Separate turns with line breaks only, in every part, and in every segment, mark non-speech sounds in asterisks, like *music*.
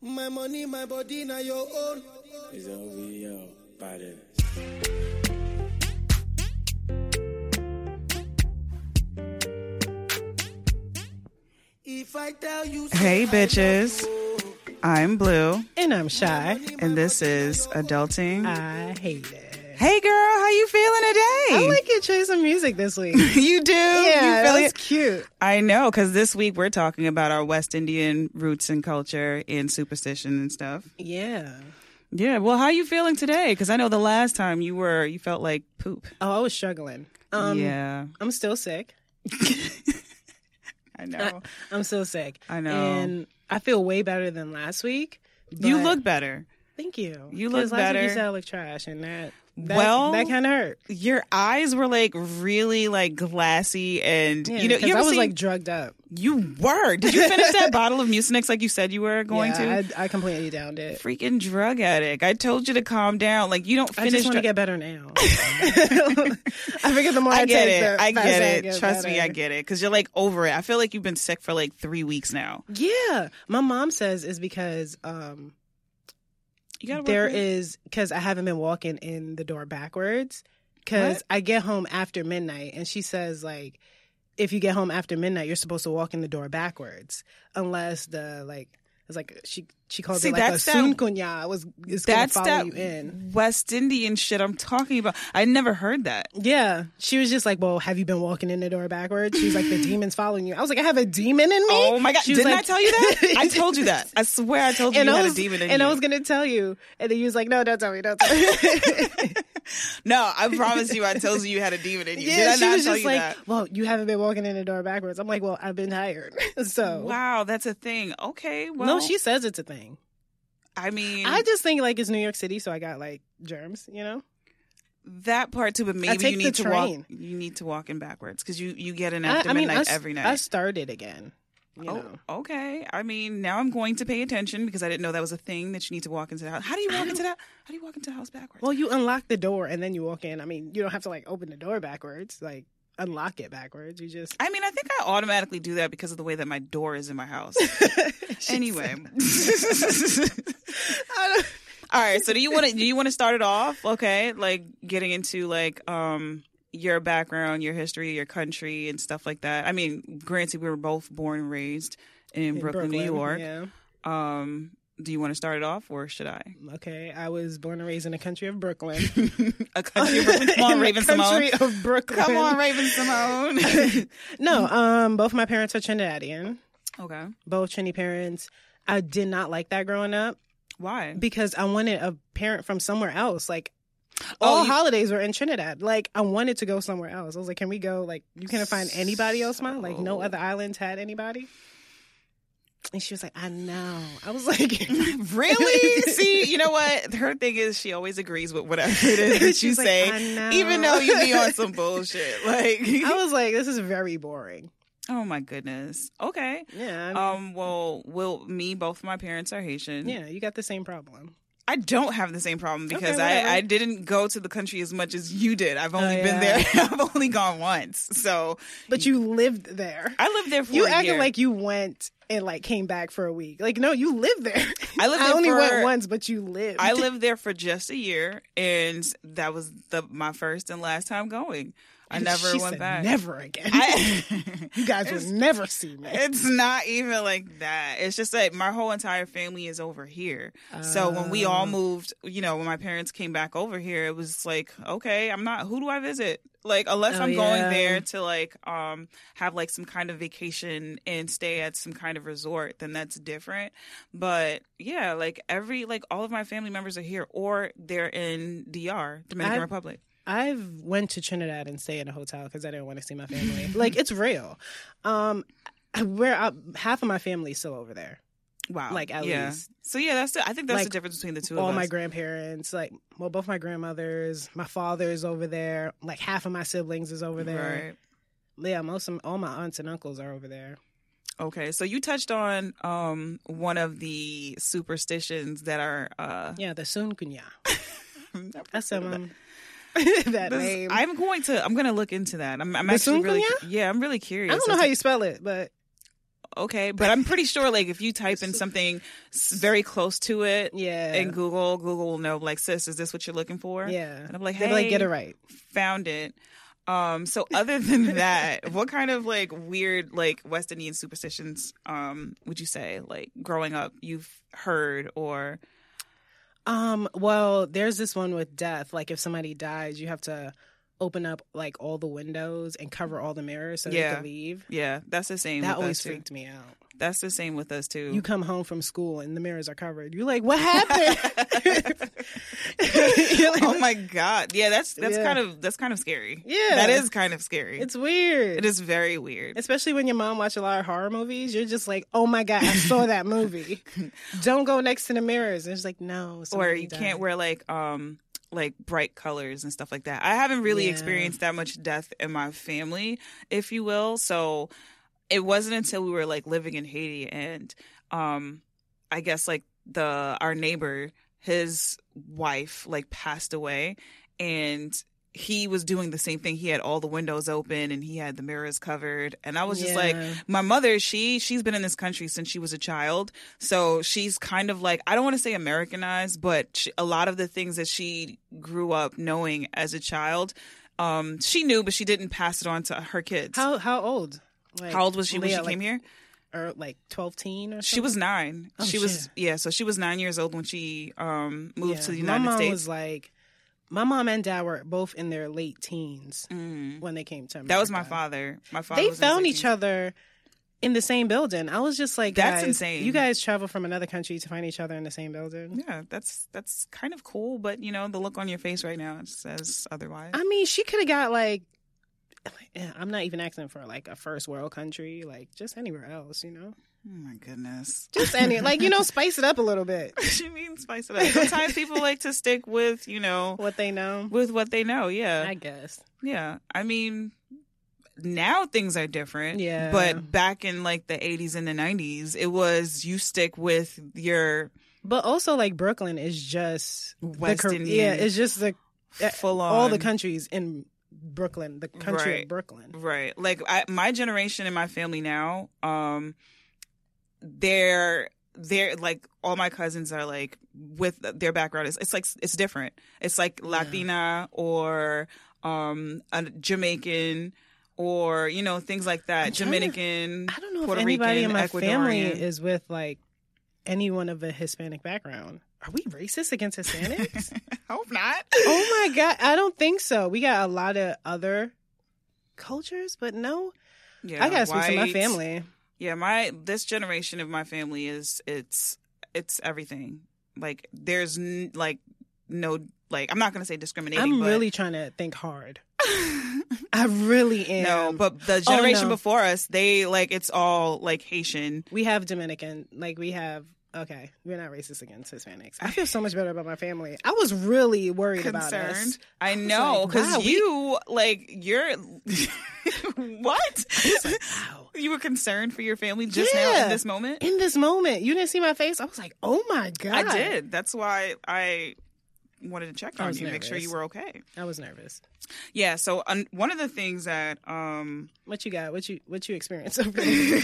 My money, my body, now your own.
It's OVO body.
If I tell you,
Hey, bitches. I'm Blue,
And I'm shy.
and this is Adulting.
I hate it.
hey, girl, how you feeling today?
I like your choice of music this *laughs* week.
*laughs* you do.
yeah,
you feel
that was
it?
cute.
I know, because this week we're talking about our West Indian roots and culture and superstition and stuff.
Yeah.
Yeah. Well, how you feeling today? Because I know the last time you were, you felt like poop.
Oh, I was struggling. Um,
yeah,
I'm still sick.
I know.
I'm still sick.
I know.
And I feel way better than last week.
you
but-
look better.
Thank you.
you look
'Cause last
better.
Week you sound like trash, and that. that
Well-
that kind of hurt.
Your eyes were like really like glassy, and
Yeah,
you know,
'cause
you ever
I was
seen-
like drugged up.
You were. Did you finish *laughs* that bottle of Mucinex like you said you were going to?
yeah, I, I completely downed it.
Freaking drug addict. I told you to calm down. Like you don't
I
finish.
just want to
dr-
get
*laughs*
better now. *laughs* I figure the more I,
I get it.
take, the
I get
faster
it. Trust me,
better.
I get it. Because you're like over it. I feel like you've been sick for like three weeks now.
Yeah, my mom says it's because um,
You *laughs* got
there is because I haven't been walking in the door backwards because
What?
I get home after midnight, and she says like if you get home after midnight, you're supposed to walk in the door backwards unless the like it's like she she called
See,
it like a
that's that-
sun kunya was is gonna
That's
follow
that
you in.
West Indian shit I'm talking about. I never heard that.
Yeah, she was just like, "Well, have you been walking in the door backwards?"
*gasps*
She's like, "The demon's following you." I was like, "I have a demon in me."
Oh my god!
She was
Didn't I
like-
tell you that?
*laughs*
I told you that. I swear I told you
and
you
I
had
was,
a demon in
and
you.
I was gonna tell you, and then you was like, "No, don't tell me, don't tell me."
*laughs* no,
*laughs*
I promise you, I told you you had a demon in you. Did I
yeah, she
not
was
tell
just
you
like,
that?
"Well, you haven't been walking in the door backwards." I'm like, "Well, I've been tired, *laughs* so."
Wow, that's a thing. Okay, well,
"Oh." no, she says it's a thing.
I mean,
I just think like it's New York City, so I got like germs, you know.
that part too, but maybe
take
you
the
need to
train.
walk. You need to walk in backwards because you you get in
I,
after
I mean,
midnight
I, s-
every night.
I started again. You know.
oh, okay. I mean, now I'm going to pay attention because I didn't know that was a thing that you need to walk into the house. How do you walk into that? How do you walk into the house backwards?
Well, you unlock the door and then you walk in. I mean, you don't have to like open the door backwards, like unlock it backwards. You just *laughs*
I mean, I think I automatically do that because of the way that my door is in my house.
*laughs* She
anyway,
said- *laughs* I don't-
*laughs* all right. So do you want to do you want to start it off? Okay, like getting into like um your background, your history, your country, and stuff like that. I mean, granted, we were both born and raised in,
in
Brooklyn, New York.
Yeah.
Um, do you want to start it off, or should *laughs* I?
Okay. I was born and raised in the country
*laughs*
of Brooklyn.
A country. Come on,
*laughs* In the
*laughs* Raven
country
Simone.
of Brooklyn.
Come on, Raven Simone.
*laughs* No, um, both my parents are Trinidadian.
*laughs* okay.
Both Trini parents. I did not like that growing up
Why?
because I wanted a parent from somewhere else. Like
Oh,
all
you-
holidays were in Trinidad. Like I wanted to go somewhere else. I was like, can we go? Like you couldn't find anybody else, ma? Like no
So-
other islands had anybody. And she was like, I know. I was *laughs* like,
*laughs* Really? See, you know what? Her thing is she always agrees with whatever it is *laughs* that you
She's like,
say,
"I know."
even though you be on some bullshit. *laughs* Like,
I was like, this is very boring.
oh my goodness. Okay.
Yeah. I mean,
Um. Well, will me both my parents are Haitian.
yeah, you got the same problem.
I don't have the same problem because
whatever.
I I didn't go to the country as much as you did. I've only
Oh,
been there.
yeah.
*laughs* I've only gone once. So
But you lived there.
I lived there for
You
a
acted
year.
like you went and like came back for a week. Like no, you lived there.
I lived there
only
for-
went once, but you lived.
I lived there for just a year, and that was the my first and last time going. I never
*laughs* She
went
said,
back.
Never again.
*laughs* I,
*laughs* you guys will never see me.
It's not even like that. It's just like my whole entire family is over here. so when we
Oh.
all moved, you know, when my parents came back over here, it was like, okay, I'm not who do I visit? Like unless
Oh,
I'm going
yeah.
there to like um have like some kind of vacation and stay at some kind of resort, then that's different. But yeah, like every like all of my family members are here or they're in DR, Dominican
I-
Republic.
I've went to Trinidad and stayed in a hotel because I didn't want to see my family. *laughs* like it's real. Um, I- where I, half of my family's still over there.
Wow.
Like, at
yeah.
least.
So yeah, that's the I think that's the
Like,
difference between the two of
All
us.
my grandparents, like well, both my grandmothers, my father's over there. Like half of my siblings is over there.
Right.
Yeah, most of all my aunts and uncles are over there.
Okay, so you touched on um, one of the superstitions that are. Uh,
Yeah, the Sun Kunya.
I've
That's
heard of
um,
that.
*laughs* that
This-
name. I,
I'm going to. I'm going to look into that. I'm, I'm
The
actually really.
Sunkunya?
Yeah, I'm really curious.
don't know how you spell it, but
*laughs* okay. But I'm pretty sure, like, if you type in something s- very close to it
Yeah.
in Google, Google will know, like, sis, is this what you're looking for?
Yeah.
And I'm like,
They'd
hey,
be like, get it right.
found it. Um, so other than that, what kind of like weird like West Indian superstitions um would you say like growing up you've heard or
Um, well, there's this one with death. Like if somebody dies, you have to open up like all the windows and cover all the mirrors so
Yeah.
you can leave.
yeah, that's the same
That
with
always
us too. Mm.
freaked me out.
That's the same with us too. *laughs*
You come home from school and the mirrors are covered. You're like, what happened? *laughs* You're like,
oh my god. Yeah, that's that's
Yeah.
kind of that's kind of scary.
Yeah.
That is kind of scary. It's
*laughs* It's weird.
it is very weird.
Especially when your mom watch a lot of horror movies, you're just like, "Oh my god, I saw
*laughs*
that movie." Don't go next to the mirrors. And it's like, no,
or
somebody
you
died.
can't wear like um like bright colors and stuff like that. I haven't really
Yeah.
experienced that much death in my family, if you will. So it wasn't until we were like living in Haiti and um I guess like the our neighbor his wife like passed away and he was doing the same thing. He had all the windows open and he had the mirrors covered and I was just like
Yeah.
my mother she she's been in this country since she was a child so she's kind of like i don't want to say americanized but she, a lot of the things that she grew up knowing as a child um she knew but she didn't pass it on to her kids
How how old? Like,
How old was she when
Leah,
she came
like-
here?
Or like 12, teen or something?
She was nine.
Oh,
she was
shit.
yeah, so she was nine years old when she um moved
Yeah.
to the
my
United
mom
States.
was like, my mom and dad were both in their late teens
Mm.
when they came to America.
That was my father. My father.
oh They
was in his
found
18s.
each other in the same building. I was just like,
That's
guys,
insane.
You guys travel from another country to find each other in the same building.
Yeah, that's that's kind of cool, but you know the look on your face right now it says otherwise.
I mean, she could have got like. *laughs* yeah, I'm not even asking for like a first world country, like just anywhere else, you
oh
know?
my goodness.
Just any, like, you know, spice it up a
*laughs*
little bit.
she means spice it up. Sometimes people like to stick with, you know,
What they know.
with what they know. Yeah.
I guess.
yeah. I mean, now things are different.
Yeah.
But back in like the 80s and the 90s, it was you stick with your
But also, like, Brooklyn is just
West
the, Car-
Indian
Yeah, it's just the uh,
full on.
all the countries in Brooklyn, the country
Right. Mm-hmm.
of Brooklyn.
Right. Like I, my generation and my family now, um, they're they're like all my cousins are like with their background is it's like it's different. It's like Latina or um a Jamaican or you know things like that.
I'm trying to-
Dominican.
I don't know
Puerto
if anybody
Rican,
in my family
Ecuadorian.
is with like anyone of a Hispanic background. Are we racist against
*laughs*
Hispanics?
Hope not.
oh my god, I don't think so. We got a lot of other cultures, but no,
Yeah,
I gotta speak to my
whites.
family.
Yeah, my this generation of my family is it's it's everything. Like there's n- like no like I'm not gonna say discriminating.
I'm
but,
really trying to think hard.
*laughs*
I really am.
no, but the generation
oh, no.
before us, they like it's all like Haitian.
we have Dominican, like we have. Okay, we're not racist against Hispanics. I feel so much better about my family. I was really worried about us.
Concerned, I
was
know
like,
because
wow, we-
you like you're *laughs* what you were concerned for your family just now
Yeah.
in this moment.
in this moment. You didn't see my face. I was like, oh my god.
I did. That's why I wanted to check
I
on
was
you, make sure
nervous.
you were okay.
I was nervous.
Yeah. So um, one of the things that um
What you got? What you what you experienced
*laughs*
over there?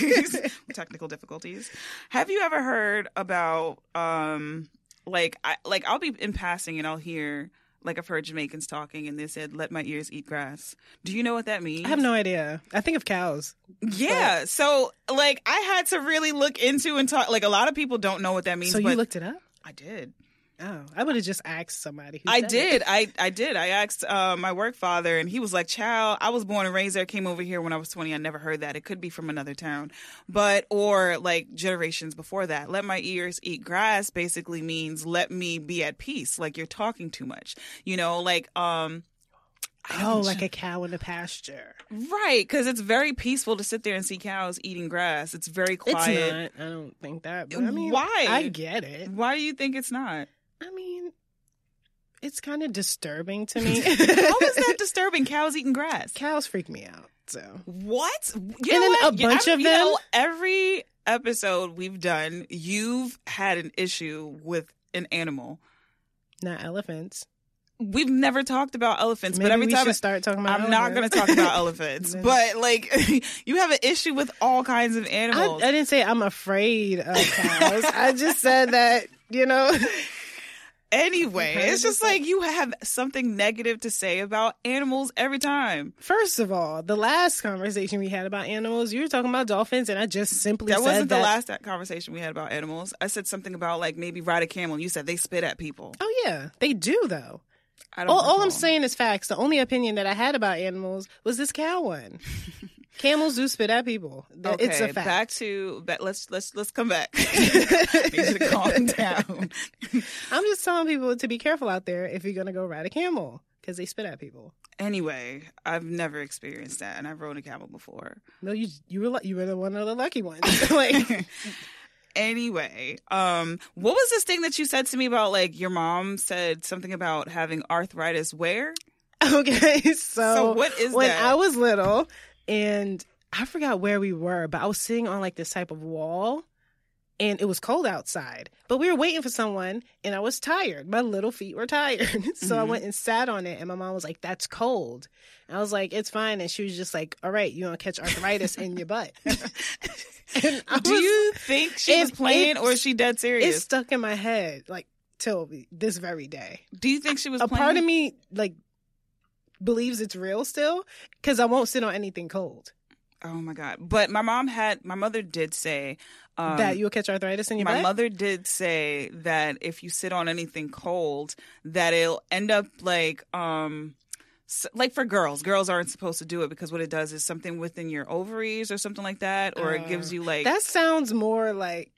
technical difficulties. Have you ever heard about um like I like I'll be in passing and I'll hear like I've heard Jamaicans talking and they said let my ears eat grass. Do you know what that means?
I have no idea. I think of cows.
Yeah, so like I had to really look into and talk like a lot of people don't know what that means
so you
but
looked it up?
I did.
Oh, I would have just asked somebody. Who
I
said
did.
It.
I, I did. I asked uh, my work father, and he was like, "Child, I was born and raised there. Came over here when I was twenty. I never heard that. It could be from another town, but or like generations before that. Let my ears eat grass basically means let me be at peace. Like you're talking too much. You know, like um,
Oh, like a cow in the pasture.
right? Because it's very peaceful to sit there and see cows eating grass. It's very quiet.
It's not. I don't think that. But I mean,
Why?
I get it.
Why do you think it's not?
I mean, it's kind of disturbing
*laughs*
to me.
How is that disturbing? Cows eating grass.
Cows freak me out. So
What? You
And then
what?
a
You-
bunch
I-
of
you know,
them?
every episode we've done, you've had an issue with an animal.
not elephants.
we've never talked about elephants,
Maybe
but every
we
time
should start talking about.
I'm not going to
elephants.
talk
*laughs*
about elephants, but like *laughs* you have an issue with all kinds of
I,
animals.
I didn't say I'm afraid of cows. I just said that you know. *laughs*
anyway,
Okay,
it's just
that's
like you have something negative to say about animals every time.
First of all, the last conversation we had about animals, you were talking about dolphins, and I just simply
That
said
wasn't the
that-
last conversation we had about animals. I said something about like maybe ride a camel. and You said they spit at people.
Oh yeah, they do though.
I don't.
All, all I'm
recall.
saying is facts. The only opinion that I had about animals was this
*laughs*
cow one. Camels do spit at people. Th- it's a
Okay,
fact.
Back to back, let's let's let's come
*laughs*
back. I need you to calm down.
I'm just telling people to be careful out there if you're gonna go ride a camel because they spit at people.
Anyway, I've never experienced that, and I've rode a camel before.
No, you you were lu- you were the one of the lucky ones.
*laughs*
*laughs* like
anyway, um, what was this thing that you said to me about like your mom said something about having arthritis where?
okay, so,
So what is
when
that?
I was little and I forgot where we were, but I was sitting on like this type of wall and it was cold outside. But we were waiting for someone and I was tired. My little feet were tired. *laughs* so I
Mhm.
went and sat on it and my mom was like, That's cold. And I was like, It's fine. And she was just like, All right, you're gonna catch arthritis in
*laughs*
your butt. And I
Do
was-
you think she
it-
was playing
it-
or is she dead
it's
serious?
stuck in my head like till this very day.
Do you think she was
a
playing?
part of me like believes it's real still because I won't sit on anything cold.
Oh my god! But my mom had my mother did say um,
that you'll catch arthritis in your
my
butt.
mother did say that if you sit on anything cold that it'll end up like um s- like for girls girls aren't supposed to do it because what it does is something within your ovaries or something like that or it gives
Oh.
you like
that sounds more like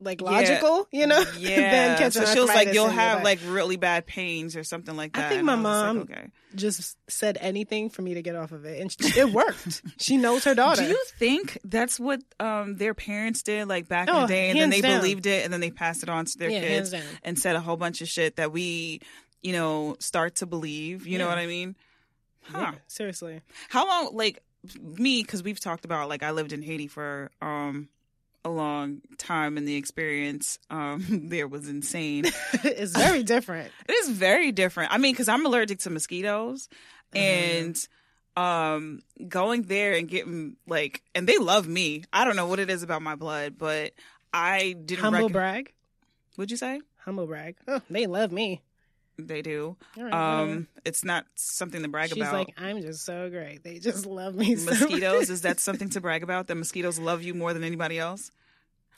like
Yeah.
logical, you know? *laughs*
yeah
than catching
so she was like
arthritis
you'll
in your
have
butt.
like really bad pains or something like
I
that
think
And
my
was just like,
mom
okay
just said anything for me to get off of it, and she- it
*laughs*
worked. she knows her daughter.
do you think that's what um, their parents did like back in
Oh,
the day and then
hands
they
down.
believed it and then they passed it on to their
yeah,
kids
hands down.
and said a whole bunch of shit that we, you know, start to believe. You know
Yeah.
what I mean? Huh.
Yeah, seriously. *laughs*
How long, like me, because we've talked about, like, I lived in Haiti for, um, a long time and the experience um *laughs* there was insane
it's very different.
it is very different i mean because i'm allergic to mosquitoes
Mm-hmm.
and um going there and getting like and they love me i don't know what it is about my blood but i *laughs* didn't
Humble
recognize
brag.
would you say
Humble brag. Oh, they love me.
they do
All right, whatever.
um it's not something to brag
She's
about
like, *laughs* I'm just so great. They just love me. so much."
mosquitoes is
*laughs*
that something to brag about that mosquitoes love you more than anybody else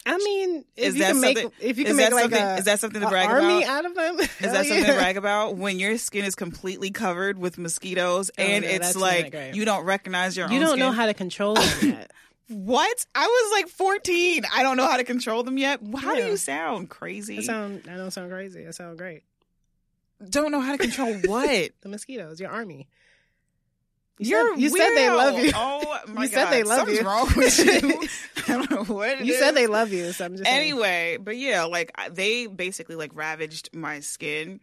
I mean, if
Is
you
that
can make
something-
if you
is
can
that
make like
something
a,
is that something to
a
brag
army
about
out of them,
is that something to brag
*laughs*
about when your skin is completely covered with mosquitoes
Oh,
and
no,
it's
that's not
like
great.
you don't recognize your
You
own
don't
skin?
know how to control
*laughs*
that.
what i was like 14 i don't know how to control them yet how do
Yeah.
you sound crazy
I sound I don't sound crazy. I sound great.
don't know how to
*laughs*
control what
The mosquitoes, your army. You
You're
said- you said they
weirdo.
love you.
Oh
*laughs*
my
You
god!
said they love
Something's
you.
wrong with you. *laughs* I don't know
*laughs*
what it
You said
is.
they love you, so I'm just saying.
anyway but yeah like I- they basically like ravaged my skin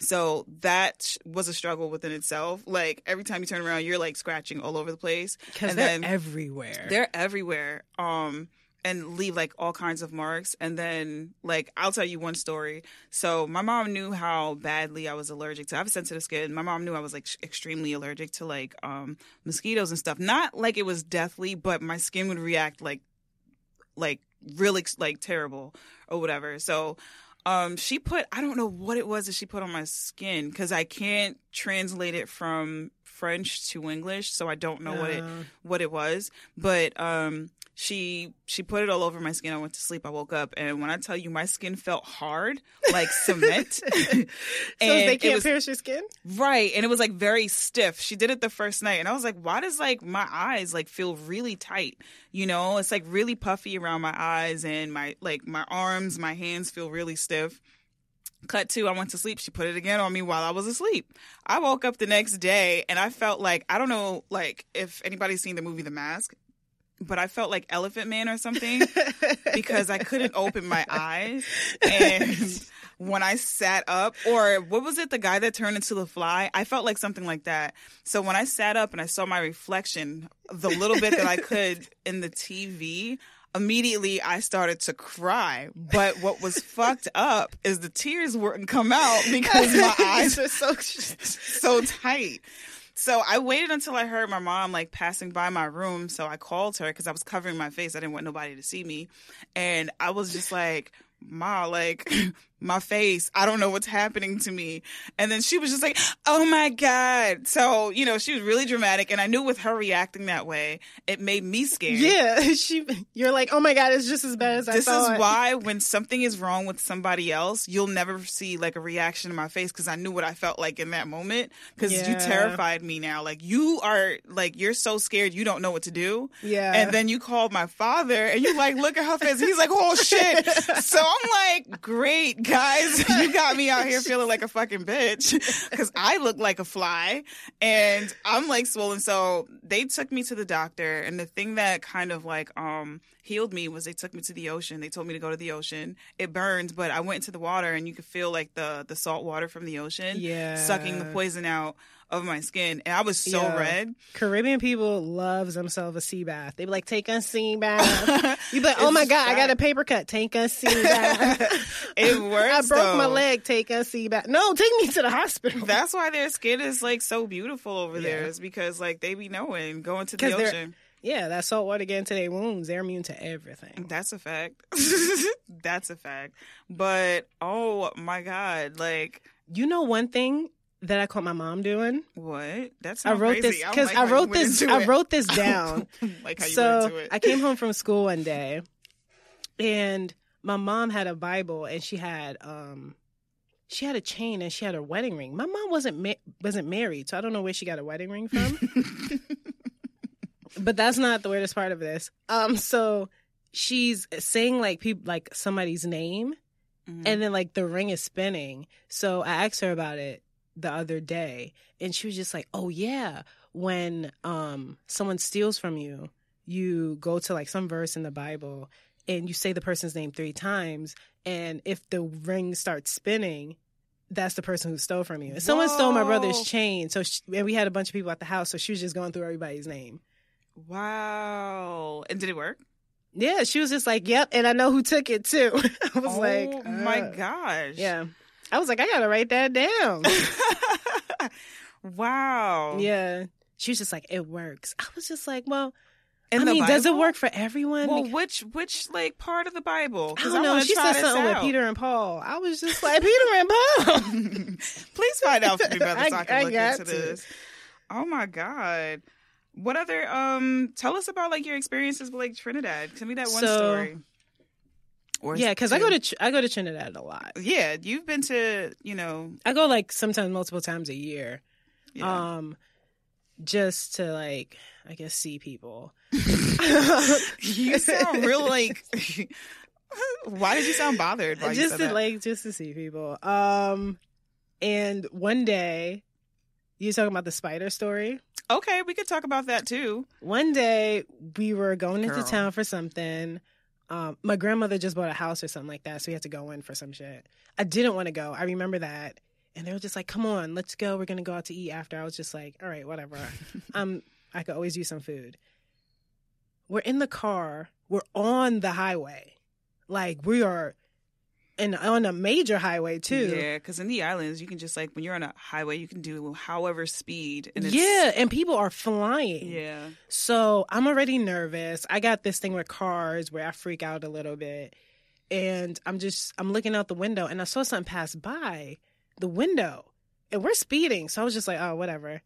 so that sh- was a struggle within itself like every time you turn around you're like scratching all over the place
because
and
they're
then-
everywhere.
they're everywhere um and leave like all kinds of marks and then like i'll tell you one story so my mom knew how badly i was allergic to i have sensitive skin my mom knew i was like sh- extremely allergic to like um mosquitoes and stuff not like it was deathly but my skin would react like like really like terrible or whatever. So um she put I don't know what it was that she put on my skin cuz I can't translate it from French to English, so I don't know what it *laughs*
Uh.
what it was, but um she she put it all over my skin. I went to sleep. I woke up, and when I tell you, my skin felt hard like cement. and
*laughs* so they
it
can't
was
pierce your skin. *laughs*
Right. And it was like very stiff. She did it the first night. And I was like, why does like my eyes like feel really tight? You know, it's like really puffy around my eyes and my like my arms, my hands feel really stiff. Cut to, I went to sleep. She put it again on me while I was asleep. I woke up the next day and I felt like, I don't know, like if anybody's seen the movie The Mask, but I felt like Elephant Man or something because I couldn't open my eyes. And when I sat up, or what was it, the guy that turned into the fly? I felt like something like that. So when I sat up and I saw my reflection, the little bit that I could in the TV, immediately I started to cry. But what was fucked up is the tears wouldn't come out because my eyes were so *laughs* so tight. So I waited until I heard my mom like passing by my room. So I called her because I was covering my face. I didn't want nobody to see me, and I was just like. Ma, like *laughs* my face, I don't know what's happening to me. And then she was just like, oh my God. So, you know, she was really dramatic. And I knew with her reacting that way, it made me scared.
*laughs* Yeah, *laughs* she. You're like, oh my god, it's just as bad as I
This
thought.
is why when something is wrong with somebody else, you'll never see like a reaction in my face because I knew what I felt like in that moment because you
Yeah.
terrified me now. Like you are like you're so scared you don't know what to do.
Yeah.
And then you called my father and you like look at her face. He's like, oh shit. so I'm like, great guys, you got me out here feeling like a fucking bitch because I look like a fly and I'm like swollen. So they took me to the doctor, and the thing that kind of like um healed me was they took me to the ocean. They told me to go to the ocean. It burns, but I went into the water, and you could feel like the the salt water from the ocean,
Yeah.
sucking the poison out of my skin, and I was so
Yeah.
red.
Caribbean people loves themselves a sea bath. They be like, take a sea bath.
*laughs*
you be like, oh my
It's
god, I got
fact.
a paper cut. Take
*laughs*
a sea bath. *laughs*
It works.
I broke my
though.
leg. Take a sea bath. No, take me to the hospital. *laughs*
That's why their skin is like so beautiful over there
Yeah.
is because like they be knowing going to the
'Cause they're-
ocean.
yeah, that salt water getting to their wounds. They're immune to everything.
That's a fact. *laughs* That's a fact. But oh my god, like
You know one thing that I caught my mom doing.
what? That's
I wrote this because I wrote this.
*laughs*
I wrote this down.
like how you went
so
into it.
I came home from school one day, and my mom had a Bible, and she had um, she had a chain, and she had a wedding ring. My mom wasn't ma- wasn't married, so I don't know where she got a wedding ring from.
*laughs*
but that's not the weirdest part of this. Um, so she's saying like people like somebody's name,
Mhm.
and then like the ring is spinning. So I asked her about it the other day and she was just like, "Oh yeah, when um someone steals from you, you go to like some verse in the Bible and you say the person's name 3 times and if the ring starts spinning, that's the person who stole from you. And someone stole my brother's
Whoa.
chain, so she, and we had a bunch of people at the house, so she was just going through everybody's name.
wow. And did it work?
Yeah, she was just like, "Yep, and I know who took it too." *laughs* I was
oh
like,
my
"Uh."
gosh.
Yeah. I was like, I gotta write that down.
wow.
yeah. She was just like, it works. I was just like, well,
In
I
the
mean, does it
Bible?
work for everyone?
Well,
Because-
which which like part of the Bible?
I
'Cause
don't know.
wanna
She
try
said
this
something with
out.
Peter and Paul. I was just like, Peter and
*laughs*
Paul.
Please find out for me, brother, so I,
I-
can
I
look
got
into
to.
this. Oh my god! What other? Um, tell us about like your experiences with like Trinidad. Tell me that one
So-
story. Or
yeah, because I
two.
go to Tr- I go to Trinidad a lot.
yeah. You've been to you know
I go like sometimes multiple times a year.
yeah.
Um, just to like, I guess
*laughs*
see people.
*laughs*
*laughs*
you sound real like. *laughs* Why did you sound bothered? By you
just
said
to
that?
like just to see people. Um, and one day, you talking about the spider story.
okay, we could talk about that too.
One day we were going into
Girl.
town for something. Um, my grandmother just bought a house or something like that, so we had to go in for some shit. I didn't want to go. I remember that. And they were just like, "Come on, let's go. We're gonna go out to eat after." I was just like, "All right,
*laughs*
whatever. um, I could always use some food." We're in the car. We're on the highway, like we are, and on a major highway too.
Yeah, because in the islands, you can just like when you're on a highway, you can do however speed. And it's,
yeah, and people are flying.
yeah.
So I'm already nervous. I got this thing with cars where I freak out a little bit. And I'm just I'm looking out the window and I saw something pass by the window. And we're speeding. So I was just like, oh, whatever.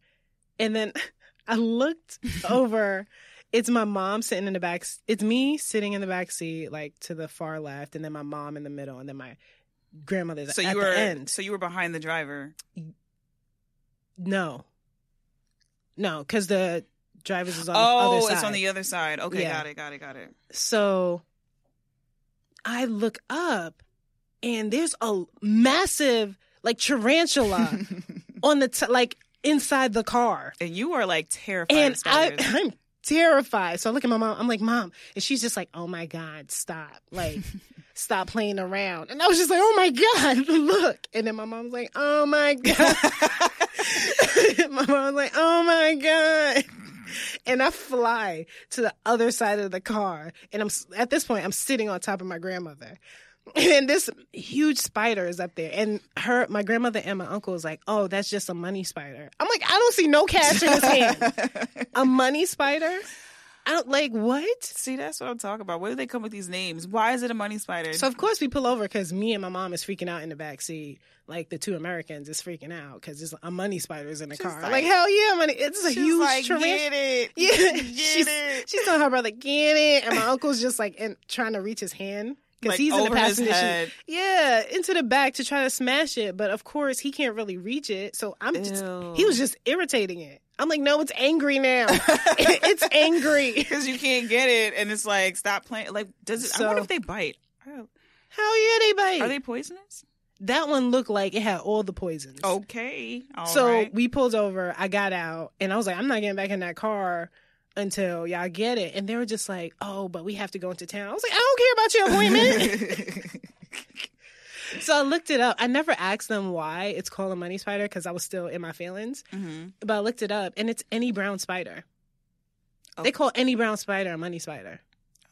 And then *laughs*
*laughs*
I looked over. It's my mom sitting in the back. It's me sitting in the back seat, like to the far left, and then my mom in the middle, and then my grandmother's
So
at
you
the
were
end.
so you were behind the driver.
no, no, because the driver's is on the
oh,
other side.
it's on the other side. Okay,
Yeah.
got it, got it, got it.
So I look up and there's a massive like tarantula
*laughs*
on the t- like inside the car.
and you are like terrified.
And
of
I
spiders.
*laughs* I'm terrified. So I look at my mom. I'm like, "Mom." And she's just like, "Oh my god, stop."
*laughs*
Like stop playing around. And I was just like, "Oh my god, *laughs* look." And then my mom's like,
*laughs*
"Oh *laughs* my god." my mom's like, "Oh my god." and I fly to the other side of the car. And I'm s- at this point, I'm sitting on top of my grandmother. *laughs* And this huge spider is up there. And her, my grandmother and my uncle was like, "Oh, that's just a money spider." I'm like, "I don't see no cash
*laughs*
in his hand. a money spider? I don't like what?"
See, that's what I'm talking about. Where do they come with these names? Why is it a money spider?
So of course we pull over because me and my mom is freaking out in the back seat. Like the two Americans is freaking out because it's a money spider's in the car. Like,
like-
hell yeah, money! It's a
She's
huge
like,
tarant-
get it,
*laughs* Yeah,
get
she's,
it.
she's telling her brother, get it. And my uncle's just like in, trying to reach his hand because
Like,
he's in the
over his
passenger seat.
head.
Yeah, into the back to try to smash it. But of course, he can't really reach it. So I'm just,
Ew.
he was just irritating it. I'm like, no, it's angry
*laughs*
now. *laughs* it's angry.
because you can't get it, and it's like stop playing. Like, does it? I
So-
wonder if they bite. Oh,
Hell yeah, they bite.
Are they poisonous?
that one looked like it had all the poisons.
Oh, Okay, all right.
so we pulled over. I got out, and I was like, I'm not getting back in that car until y'all get it. And they were just like, Oh, but we have to go into town. I was like, I don't care about
*laughs*
your appointment. *laughs* so I looked it up. I never asked them why it's called a money spider because I was still in my feelings.
hmm
But I looked it up, and it's any brown spider. They
Okay.
call any brown spider a money spider.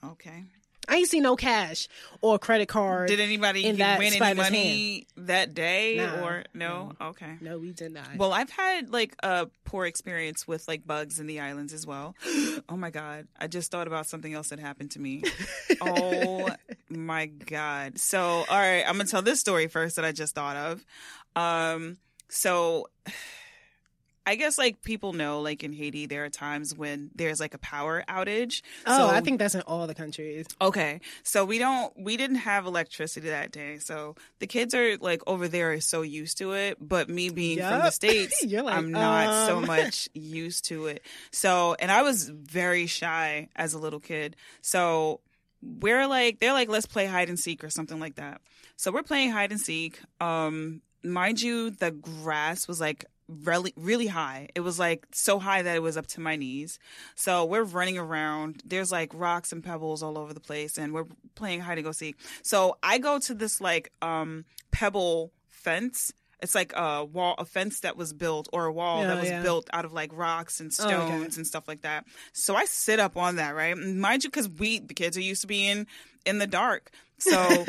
Okay.
I ain't see no cash or credit card.
Did anybody
in
win
that
any
spider's
money that day
Nah.
or no? Okay.
no, we did not.
Well, I've had like a poor experience with like bugs in the islands as well. *gasps* oh my god, I just thought about something else that happened to me.
*laughs*
oh my god. So, all right, I'm going to tell this story first that I just thought of. Um so *sighs* I guess like people know like in Haiti there are times when there's like a power outage.
oh,
so
I think that's in all the countries. *laughs*
Okay. So we don't we didn't have electricity that day. So the kids are like over there are so used to it, but me being from the
Yup.
states,
You're like,
I'm not so
um. *laughs*
much used to it. So, and I was very shy as a little kid. So we're like they're like let's play hide and seek or something like that. So we're playing hide and seek. Um mind you the grass was like really really high. It was like so high that it was up to my knees. So we're running around. There's like rocks and pebbles all over the place, and we're playing hide and go seek. So I go to this like um pebble fence. It's like a wall, a fence that was built, or a wall that
Oh,
was
yeah.
built out of like rocks and
Oh, okay.
stones and stuff like that. So I sit up on that, right? Mind you, because we the kids are used to being in the dark.
*laughs*
So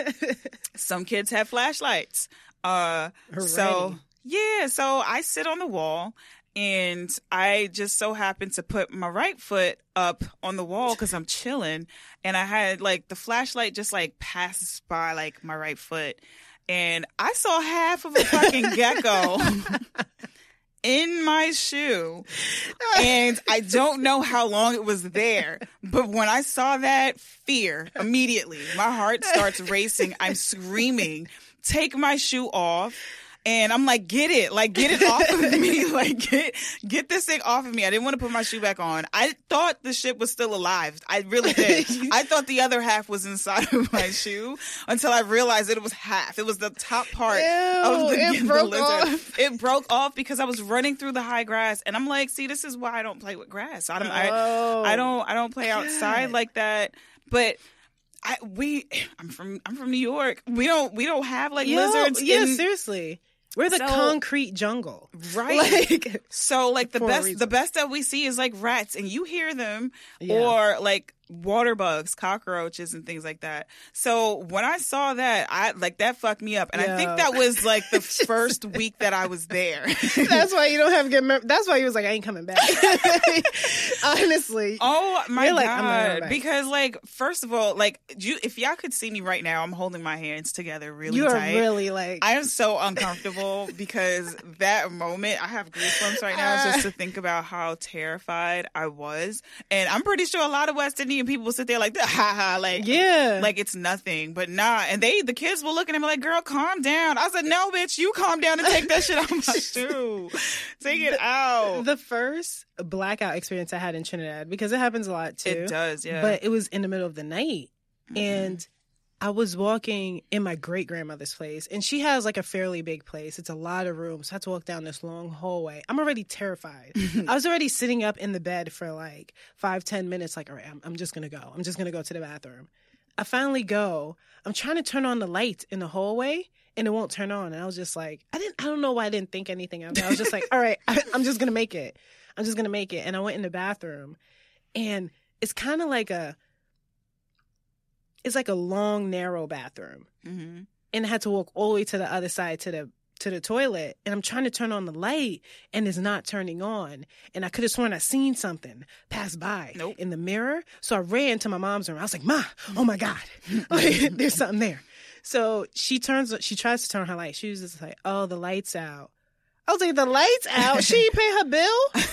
some kids have flashlights. Uh, so
Hooray.
yeah, so I sit on the wall and I just so happened to put my right foot up on the wall because I'm chilling, and I had like the flashlight just like passes by like my right foot, and I saw half of a fucking
*laughs*
gecko. In my shoe, and I don't know how long it was there, but when I saw that fear immediately, my heart starts racing. I'm screaming, take my shoe off. And I'm like, get it, like get it off of me, *laughs* like get get this thing off of me. I didn't want to put my shoe back on. I thought the ship was still alive. I really did.
*laughs*
I thought the other half was inside of my shoe until I realized that it was half. It was the top part of the,
Ew,
*laughs*
it
the
broke
lizard
off.
it broke off because I was running through the high grass, and I'm like, see, this is why I don't play with grass. I don't,
Oh.
I, I don't, I don't play outside like that. But I, we, *sighs* I'm from, I'm from New York. We don't, we don't have like
Yo,
lizards.
Yeah,
in-
seriously. We're the
So-
concrete jungle.
*laughs* right?
Like *laughs*
so like the
for a
best, the
reason.
best that we see is like rats, and you hear them,
Yeah.
or like water bugs, cockroaches, and things like that. So when I saw that, I like that fucked me up, and I
Yo.
think that was like
*laughs*
the first week that I was there. *laughs*
that's why you don't have good mem- that's why he was like, I ain't coming back. *laughs* Honestly.
Oh my
You're like, I'm not going
god!
back.
because like, first of all, like you, if y'all could see me right now, I'm holding my hands together really
you are
tight.
really like
I am so uncomfortable because that moment I have goosebumps right now just to think about how terrified I was, and I'm pretty sure a lot of West Indian people sit there like, *laughs* ha ha, like
Yeah.
like it's nothing, but nah. And they, the kids were looking at me like, girl, calm down. I said, no, bitch, you calm down and take that shit
*laughs*
out of my shoe, take it out.
the first blackout experience I had in Trinidad, because it happens a lot too.
it does, yeah.
But it was in the middle of the night. And I was walking in my great grandmother's place, and she has like a fairly big place. It's a lot of rooms. So I had to walk down this long hallway. I'm already terrified. I was already sitting up in the bed for like five, ten minutes, like, all right, I'm, I'm just gonna go. I'm just gonna go to the bathroom. I finally go. I'm trying to turn on the light in the hallway, and it won't turn on. And I was just like, I didn't, I don't know why I didn't think anything of it. I was just like, all right, *laughs* I, I'm just gonna make it. I'm just gonna make it. And I went in the bathroom, and it's kind of like a, it's like a long narrow bathroom,
hmm
and I had to walk all the way to the other side to the to the toilet. And I'm trying to turn on the light, and it's not turning on. And I could have sworn I seen something pass by
Nope.
in the mirror. So I ran to my mom's room. I was like, Ma, oh my god, *laughs* like, there's something there. So she turns, she tries to turn her light. She was just like, "Oh, the lights out." I was like, "The lights out." She didn't pay her bill. *laughs*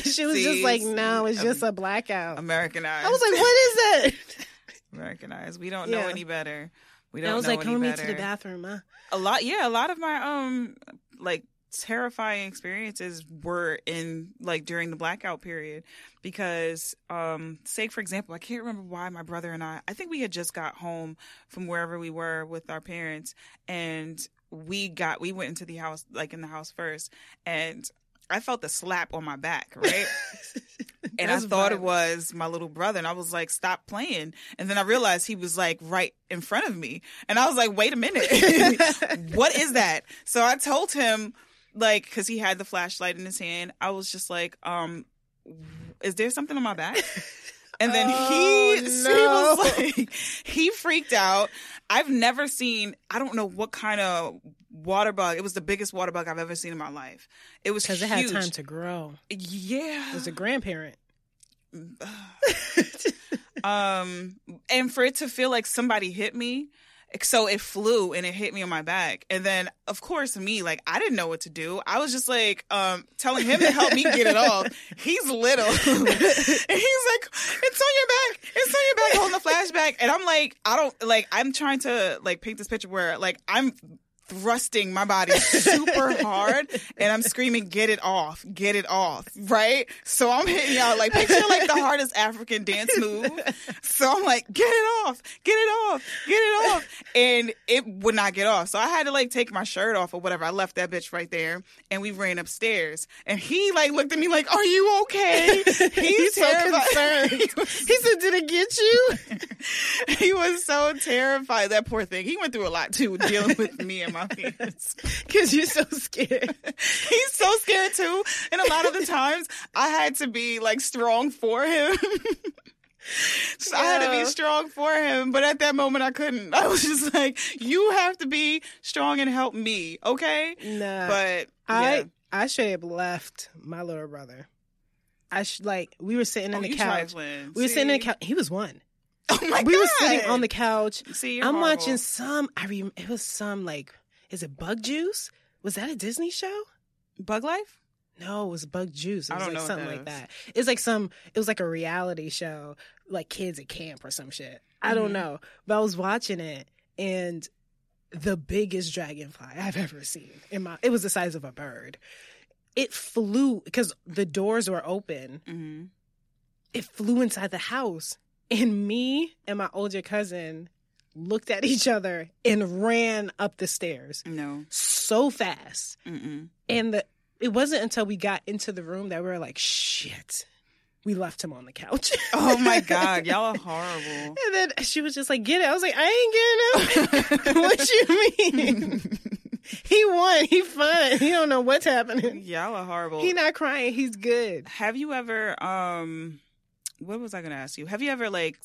she was just
See,
like,
see,
"No, it's just
um,
a blackout."
Americanized.
I was like, *laughs* "What is that?"
Americanized. We don't know
Yeah.
any better. We
And
don't
I was
know
like,
any
"Come with me
better.
to the bathroom." *laughs* Huh?
a lot yeah a lot of my um like terrifying experiences were in like during the blackout period because um say for example i can't remember why my brother and i i think we had just got home from wherever we were with our parents and we got we went into the house like in the house first and i felt the slap on my back
*laughs*
right and I
That's
thought it
violent.
was my little brother, and I was like, "Stop playing!" And then I realized he was like right in front of me, and I was like, "Wait a minute,
*laughs*
what is that?" So I told him, like, because he had the flashlight in his hand, I was just like, "Um, is there something on my back?" And then
Oh,
he,
no.
he was *laughs* like, he freaked out. I've never seen, I don't know what kind of water bug. It was the biggest water bug I've ever seen in my life. It was
Because
huge.
it had time to grow.
yeah.
It was a grandparent.
um and for it to feel like somebody hit me so it flew and it hit me on my back and then of course me like i didn't know what to do i was just like um telling him to help me get it off he's little *laughs* and he's like it's on your back it's on your back holding the flashback and i'm like i don't like i'm trying to like paint this picture where like i'm thrusting my body
*laughs*
super hard and I'm screaming, get it off, get it off, right? So I'm hitting y'all like, picture like the hardest African dance move. So I'm like, get it off, get it off, get it off. And it would not get off. So I had to like take my shirt off or whatever. I left that bitch right there and we ran upstairs and he like looked at me like, are you
*laughs*
okay?
He's so
terrified.
concerned.
He was-
*laughs* He said, "Did it get *laughs* you?"
*laughs* he was so terrified. That poor thing. He went through a lot too, dealing with me and my *laughs* parents.
Because you're so *laughs* scared.
*laughs* He's so scared too. And a lot of
*laughs*
the times I had to be like strong for him. *laughs* So I had to
Yeah.
be strong for him. But at that moment I couldn't. I was just like, you have to be strong and help me, okay?
Nah,
But
I
yeah.
I should have left my little brother. I should like we were sitting
Oh,
on the
you
couch.
trifling.
We were sitting on the
See?
couch. He was one.
Oh my
we
God.
were sitting on the couch.
See, you're
I'm
horrible.
watching some. I rem- it was some like is it Bug Juice? Was that a Disney show?
Bug Life?
No, it was Bug Juice. It
I
was
don't
like
know what
something
that
like
is.
that. It was like some it was like a reality show, like kids at camp or some shit. I don't
Mhm.
know. But I was watching it and the biggest dragonfly I've ever seen in my it was the size of a bird. It flew because the doors were open.
Mm-hmm.
It flew inside the house. And me and my older cousin looked at each other and ran up the stairs
No.
so fast. *laughs*
Mm-mm.
And the it wasn't until we got into the room that we were like, shit, we left him on the couch.
Oh
*laughs*
my God. Y'all are horrible. *laughs*
And then she was just like, get it. I was like, I ain't getting him. *laughs* what you mean? he won. He fun. He don't know what's happening.
Y'all are horrible.
He not crying. He's good.
have you ever um what was i going to ask you have you ever like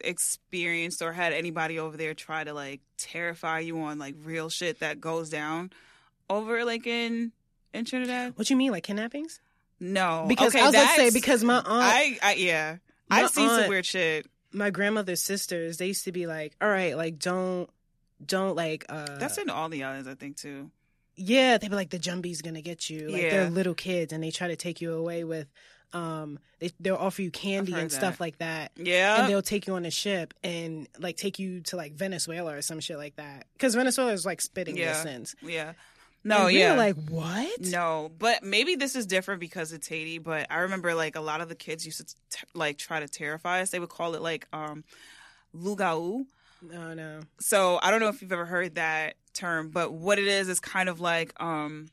experienced or had anybody over there try to like terrify you on like real shit that goes down over like in in trinidad
What you mean, like kidnappings?
no
Because
okay,
I was about to say
that's-
because my aunt,
i, I yeah
My
i've seen some
aunt-
weird shit
my grandmother's sisters, they used to be like, all right, like don't, don't like. uh
that's in all the islands i think too
Yeah, they'd be like, the jumbie's gonna get you. Like
Yeah.
they're little kids and they try to take you away with um they they'll offer you candy
heard
and stuff
that.
like that. And
yeah
they'll take you on a ship and like take you to like Venezuela or some shit like that. Because Venezuela is like spitting
Yeah.
distance.
yeah no
And we
yeah
were like, what?
No, but maybe this is different because it's Haiti. But I remember like a lot of the kids used to t- like try to terrify us. They would call it like um lugaou.
No, no.
So I don't know if you've ever heard that term, but what it is is kind of like um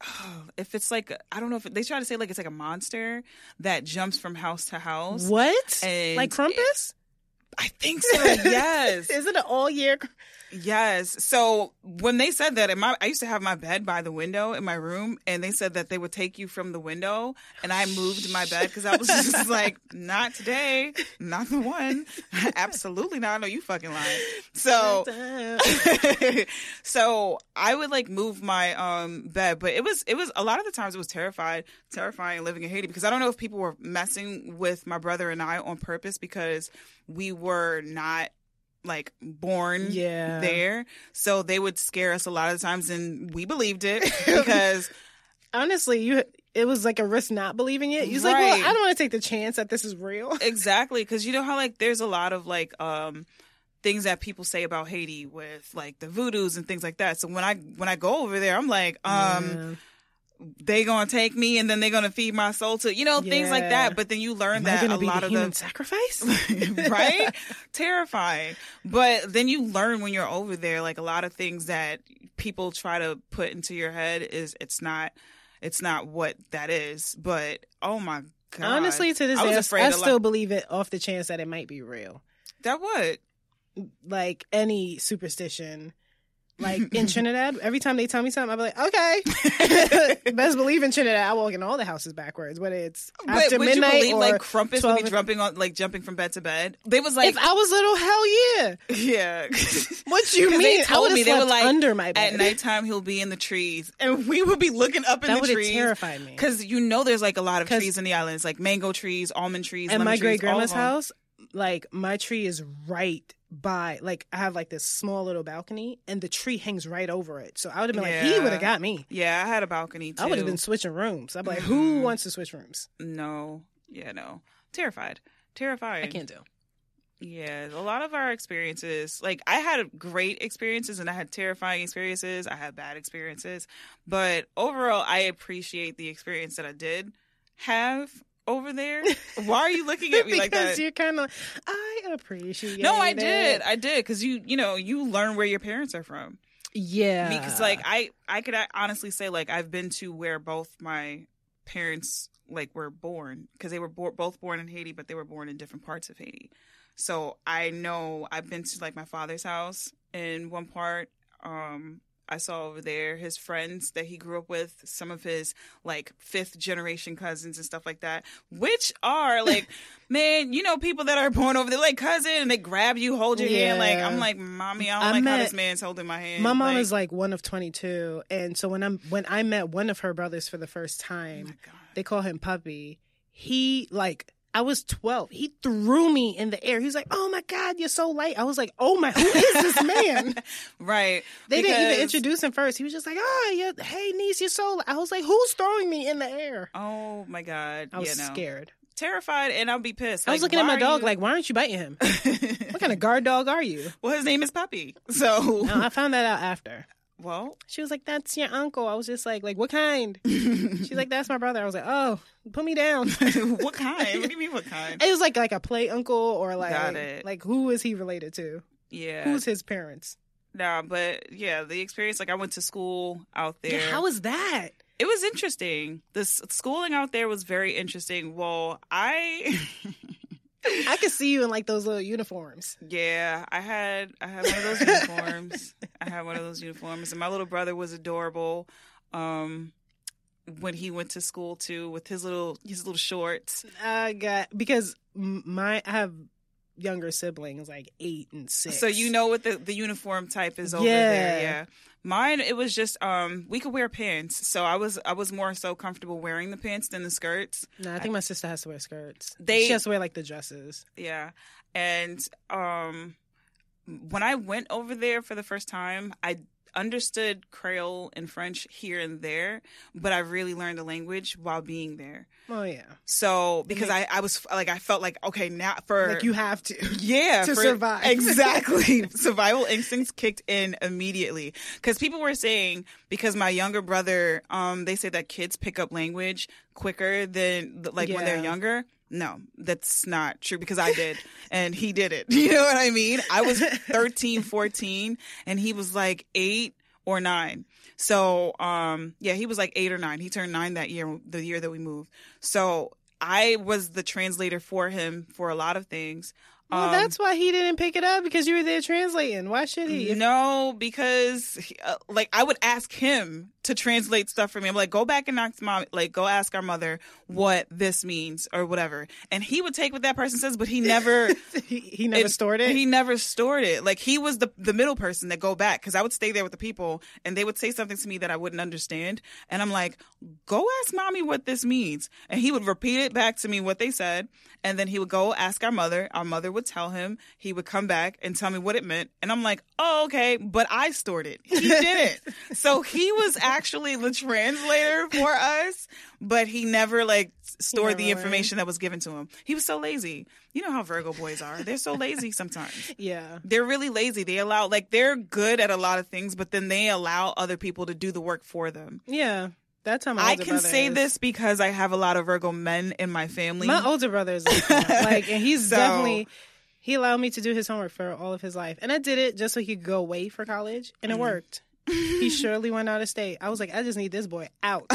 *sighs* if it's like I don't know if they try to say like it's like a monster that jumps from house to house.
What?
And-
like Crumpus? *laughs*
I think so. Yes.
Is it an all year?
Yes. So when they said that, in my, I used to have my bed by the window in my room, and they said that they would take you from the window, and I moved my bed because I was just like, not today, not the one, *laughs* absolutely not. I know you fucking lying. So *laughs* so I would like move my um bed, but it was it was a lot of the times it was terrified, terrifying living in Haiti because I don't know if people were messing with my brother and I on purpose because we were not like born
*laughs* Yeah.
there. So they would scare us a lot of times and we believed
*laughs*
it because
Honestly, you it was like a risk not believing it. You was like,
Right.
well, I don't want to take the chance that this is real.
exactly because you know how like there's a lot of like um things that people say about Haiti with like the voodoos and things like that. So when I when I go over there, I'm like um they gonna take me and then they gonna feed my soul to you know things like
Yeah.
that. But then you learn
Am I
that
gonna
a
be
lot
the
of
human
the *laughs*
sacrifice. *laughs*
right terrifying. But then you learn when you're over there, like a lot of things that people try to put into your head is it's not it's not what that is. But oh my god,
Honestly, to this
I was
day, I-
afraid
I,
a lot-
still believe it off the chance that it might be real.
that would
Like any superstition.
*laughs*
Like in Trinidad, every time they tell me something, I'll be like,
*laughs*
okay. *laughs* Best believe in Trinidad, I walk in all the houses backwards, whether it's
but
after
would
midnight
you believe
or
like crumpets would
12
be jumping on like jumping from bed to bed? They was like
if I was little, hell yeah.
*laughs* yeah.
*laughs* What you
'Cause
mean?
They
I
told
would've
me they were
slept
like
under my bed.
at nighttime he'll be in the trees, and we would be looking up in
That
the
would have
trees.
terrified me.
Because you know there's like a lot of
'Cause-
trees in the islands, like mango trees, almond trees.
At
lemon
my
trees,
great grandma's
all of 'em.
house, like my tree is right by. Like I have like this small little balcony, and the tree hangs right over it. So I would have been like, he
Yeah.
would have got me.
Yeah, I had a balcony too. Mm-hmm.
I would have been switching rooms. I'd be like, who wants to switch rooms?
no, yeah, no, terrified, terrified.
I *laughs* can't do.
Yeah, a lot of our experiences, like I had great experiences and I had terrifying experiences, I had bad experiences, but overall I appreciate the experience that I did have over
*laughs*
there. Why are you looking at me
because
like that?
you're kind of. I appreciate.
No, I
it.
did. I did cuz you, you know, you learn where your parents are from.
Yeah,
Because like I I could honestly say like I've been to where both my parents like were born because they were bo- both born in Haiti but they were born in different parts of Haiti. So I know I've been to like my father's house in one part um I saw over there his friends that he grew up with, some of his like fifth generation cousins and stuff like that, which are
*laughs*
like, man, you know, people that are born over there, like cousin, and they grab you, hold your hand. Like,
Yeah.
I'm like, mommy, I don't
I
like how
met-
this man's holding my hand.
my mom is like one of twenty two, and so when I'm when I met one of her brothers for the first time, they call him puppy he like i was 12 he threw me in the air he's like oh my god you're so light i was like oh my who is this man
*laughs* Right.
they didn't even
because-
introduce him first he was just like oh yeah hey niece you're so light. i was like who's throwing me in the air
Oh my God.
i was
yeah, no.
scared
Terrified and I'll be pissed.
i was looking at my
like,
dog like why aren't you biting
*laughs*
him
why are you-
what kind of guard dog are you
well, his name is Puppy. So, *laughs*
*laughs* no, i found that out after *laughs*
well,
she was like that's your uncle i was just like like what kind
what
she's like that's my brother i was like oh put me down *laughs*
kind? What do you mean, what kind?
it was like like a play uncle or like
Got it.
like who is he related to
Yeah.
who's his parents
Nah, but yeah, the experience. Like I went to school out there.
Yeah, how is that?
it was interesting. The s- schooling out there was very interesting. Well, I, *laughs*
I could see you in like those little uniforms.
yeah, I had I had one of those uniforms. I had one of those uniforms, and my little brother was adorable. Um, when he went to school too, with his little his little shorts.
I got because m- my I have younger siblings like eight and six.
So you know what the, the uniform type is over
Yeah.
there. Yeah. Mine it was just um we could wear pants. So I was I was more so comfortable wearing the pants than the skirts.
No, I think my sister has to wear skirts.
They-
she has to wear like the dresses.
Yeah. And um when I went over there for the first time, I understood Creole and French here and there, but I really learned the language while being there.
Oh yeah,
So because I, I was like I felt like okay now for
like you have to. *laughs*
yeah
to survive. *laughs*
exactly survival instincts kicked in immediately because people were saying because my younger brother um they say that kids pick up language quicker than like when they're
Yeah.
younger no that's not true because i did and he did it *laughs* you know what i mean i
*laughs*
was 13 14 and he was like 8 or 9 so um yeah he was like 8 or 9 he turned 9 that year the year that we moved so I was the translator for him for a lot of things.
Well,
Um,
Oh, that's why he didn't pick it up because you were there translating. Why should he? If-
No, because he- uh, like I would ask him to translate stuff for me. I'm like, go back and ask mom, like go ask our mother what this means or whatever, and he would take what that person says, but he never.
he, he never
it-
stored it.
Mm-hmm. He never stored it. Like he was the the middle person that go back because I would stay there with the people and they would say something to me that I wouldn't understand, and I'm like, "Go ask mommy what this means," and he would repeat it back to me what they said, and then he would go ask our mother. Our mother would tell him. He would come back and tell me what it meant, and I'm like, "Oh, okay," but I stored it.
*laughs*
He didn't. so he was actually the translator for us, but he never like stored
never
the
learned.
information that was given to him. He was so lazy. You know how Virgo boys are. They're so lazy sometimes.
yeah.
*laughs* They're really lazy. They allow like they're good at a lot of things, but then they allow other people to do the work for them.
Yeah. That's how my
I
older
can
brother
say
is.
this because I have a lot of Virgo men in my family.
My older brother is like,
*laughs*
that. like and he's
So-
definitely he allowed me to do his homework for all of his life, and I did it just so he could go away for college, and
Mm-hmm.
it worked.
*laughs*
he surely went out of state. I was like, I just need this boy out.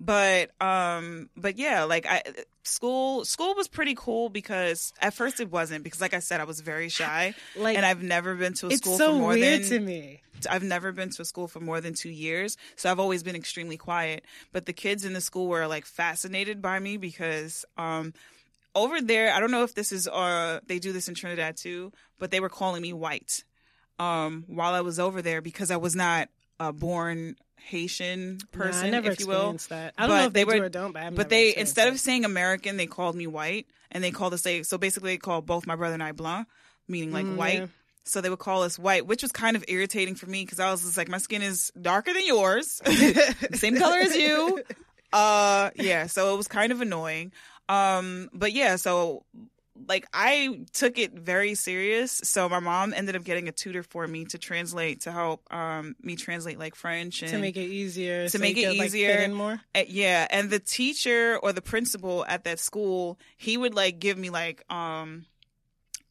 but um but yeah like i school school was pretty cool because at first it wasn't because like i said i was very shy
Like,
and i've never been to a
It's
school for
so
more
weird
than
to me.
I've never been to a school for more than two years, so I've always been extremely quiet. But the kids in the school were like fascinated by me because um, over there, I don't know if this is uh they do this in Trinidad too, but they were calling me white um, while I was over there because I was not a born Haitian
Nah,
person,
I never
if you will.
experienced that. I don't
But
know if they,
they
do
were-
or don't, but, I've never
But they
experienced
instead
that.
of saying American, they called me white, and they called us like so. Basically, they called both my brother and I blanc, meaning like
Mm,
white.
yeah.
So they would call us white, which was kind of irritating for me because I was just like, my skin is darker than yours, *laughs* same color as
*laughs*
you. Uh, yeah. So it was kind of annoying. Um, but yeah, so like I took it very serious. So my mom ended up getting a tutor for me to translate to help um me translate like French and
to make it easier,
to
so
make
you
it
could, like, fit
easier.
in more.
uh, yeah, and the teacher or the principal at that school, he would like give me like um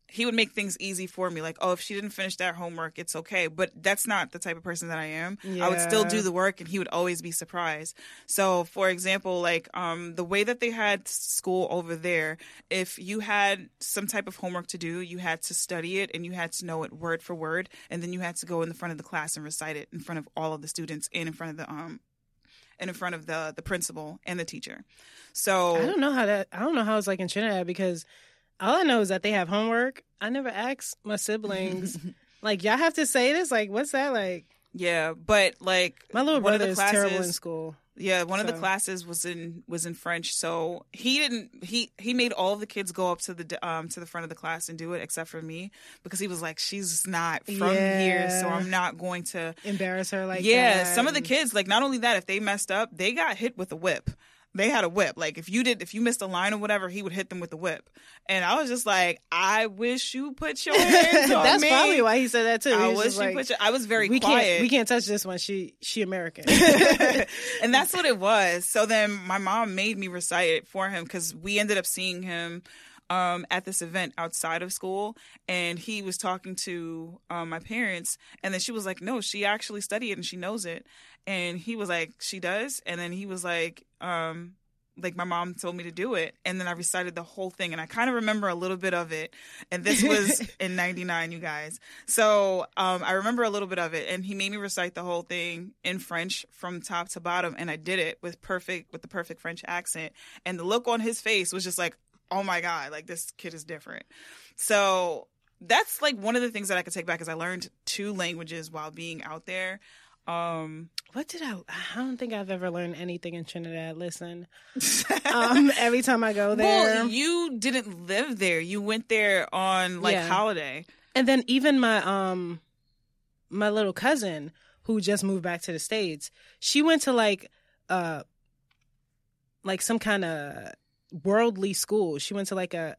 he would make things easy for me like oh if she didn't finish that homework it's okay but that's not the type of person that i am i would still do
Yeah.
the work and he would always be surprised so for example like um, the way that they had school over there if you had some type of homework to do you had to study it and you had to know it word for word and then you had to go in the front of the class and recite it in front of all of the students and in front of the um and in front of the the principal and the teacher so
I don't know how that. I don't know how it's like in Trinidad because all I know is that they have homework. I never ask
*laughs*
my siblings. like y'all have to say this. Like what's that like?
yeah but like
My little
one of
brother
the
is terrible in
classes-
school.
Yeah, one of
So-
the classes was in was in French, so he didn't he he made all of the kids go up to the um to the front of the class and do it except for me because he was like she's not from here, so
Yeah.
I'm not going to
Embarrass her like
yeah,
that.
some of the
And *laughs*
kids like not only that if they messed up, they got hit with a whip. They had a whip. Like if you did if you missed a line or whatever, he would hit them with a whip. And I was just like, I wish you put
*laughs*
your hands on
That's
me.
probably why he said
*laughs*
that too.
I
He was
wish
just
you
like,
put your I was very
we
quiet.
can't
*laughs*
we can't touch this one. She she American.
and that's what it was. So then my mom made me recite it for him because we ended up seeing him um, at this event outside of school, and he was talking to um, my parents, and then she was like, "No, she actually studied it and she knows it," and he was like, "She does," and then he was like. Um, like my mom told me to do it and then i recited the whole thing and i kind of remember a little bit of it and this was in 99 you guys so um, i remember a little bit of it and he made me recite the whole thing in french from top to bottom and i did it with perfect with the perfect french accent and the look on his face was just like oh my god like this kid is different so that's like one of the things that i could take back is i learned two languages while being out there um
what did I? I don't think I've ever learned anything in Trinidad. Listen,
*laughs*
um, every time I go there,
Well, you didn't live there. You went there on like
Yeah.
holiday.
And then even my um my little cousin who just moved back to the states, she went to like uh like some kind of worldly school. She went to like a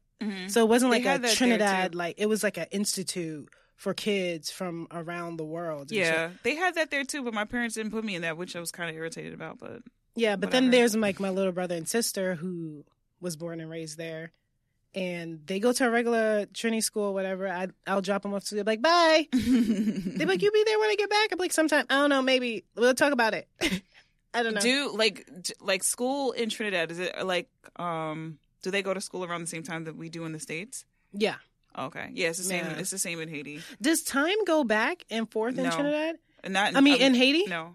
so it wasn't
Mm-hmm. They
like
had that
a
there,
Trinidad
too.
like it was like an institute for kids from around the world. and shit.
Yeah, they had that there too, but my parents didn't put me in that, which I was kind of irritated about.
*laughs*
But
Yeah, but then
Whatever.
there's like my little brother and sister who was born and raised there. And they go to a regular Trini school, whatever. I, I'll drop them off to be like, bye. They're like, you be there when I get back. I'm like, sometime. I don't know. Maybe we'll talk about it. *laughs* I don't
*laughs*
know.
do like d- like school in Trinidad? Is it like um? Do they go to school around the same time that we do in the states?
Yeah.
Okay. Yeah, it's the same.
Yeah.
It's the same in Haiti.
Does time go back and forth in
No.
Trinidad?
And Not.
I mean, in Haiti?
No,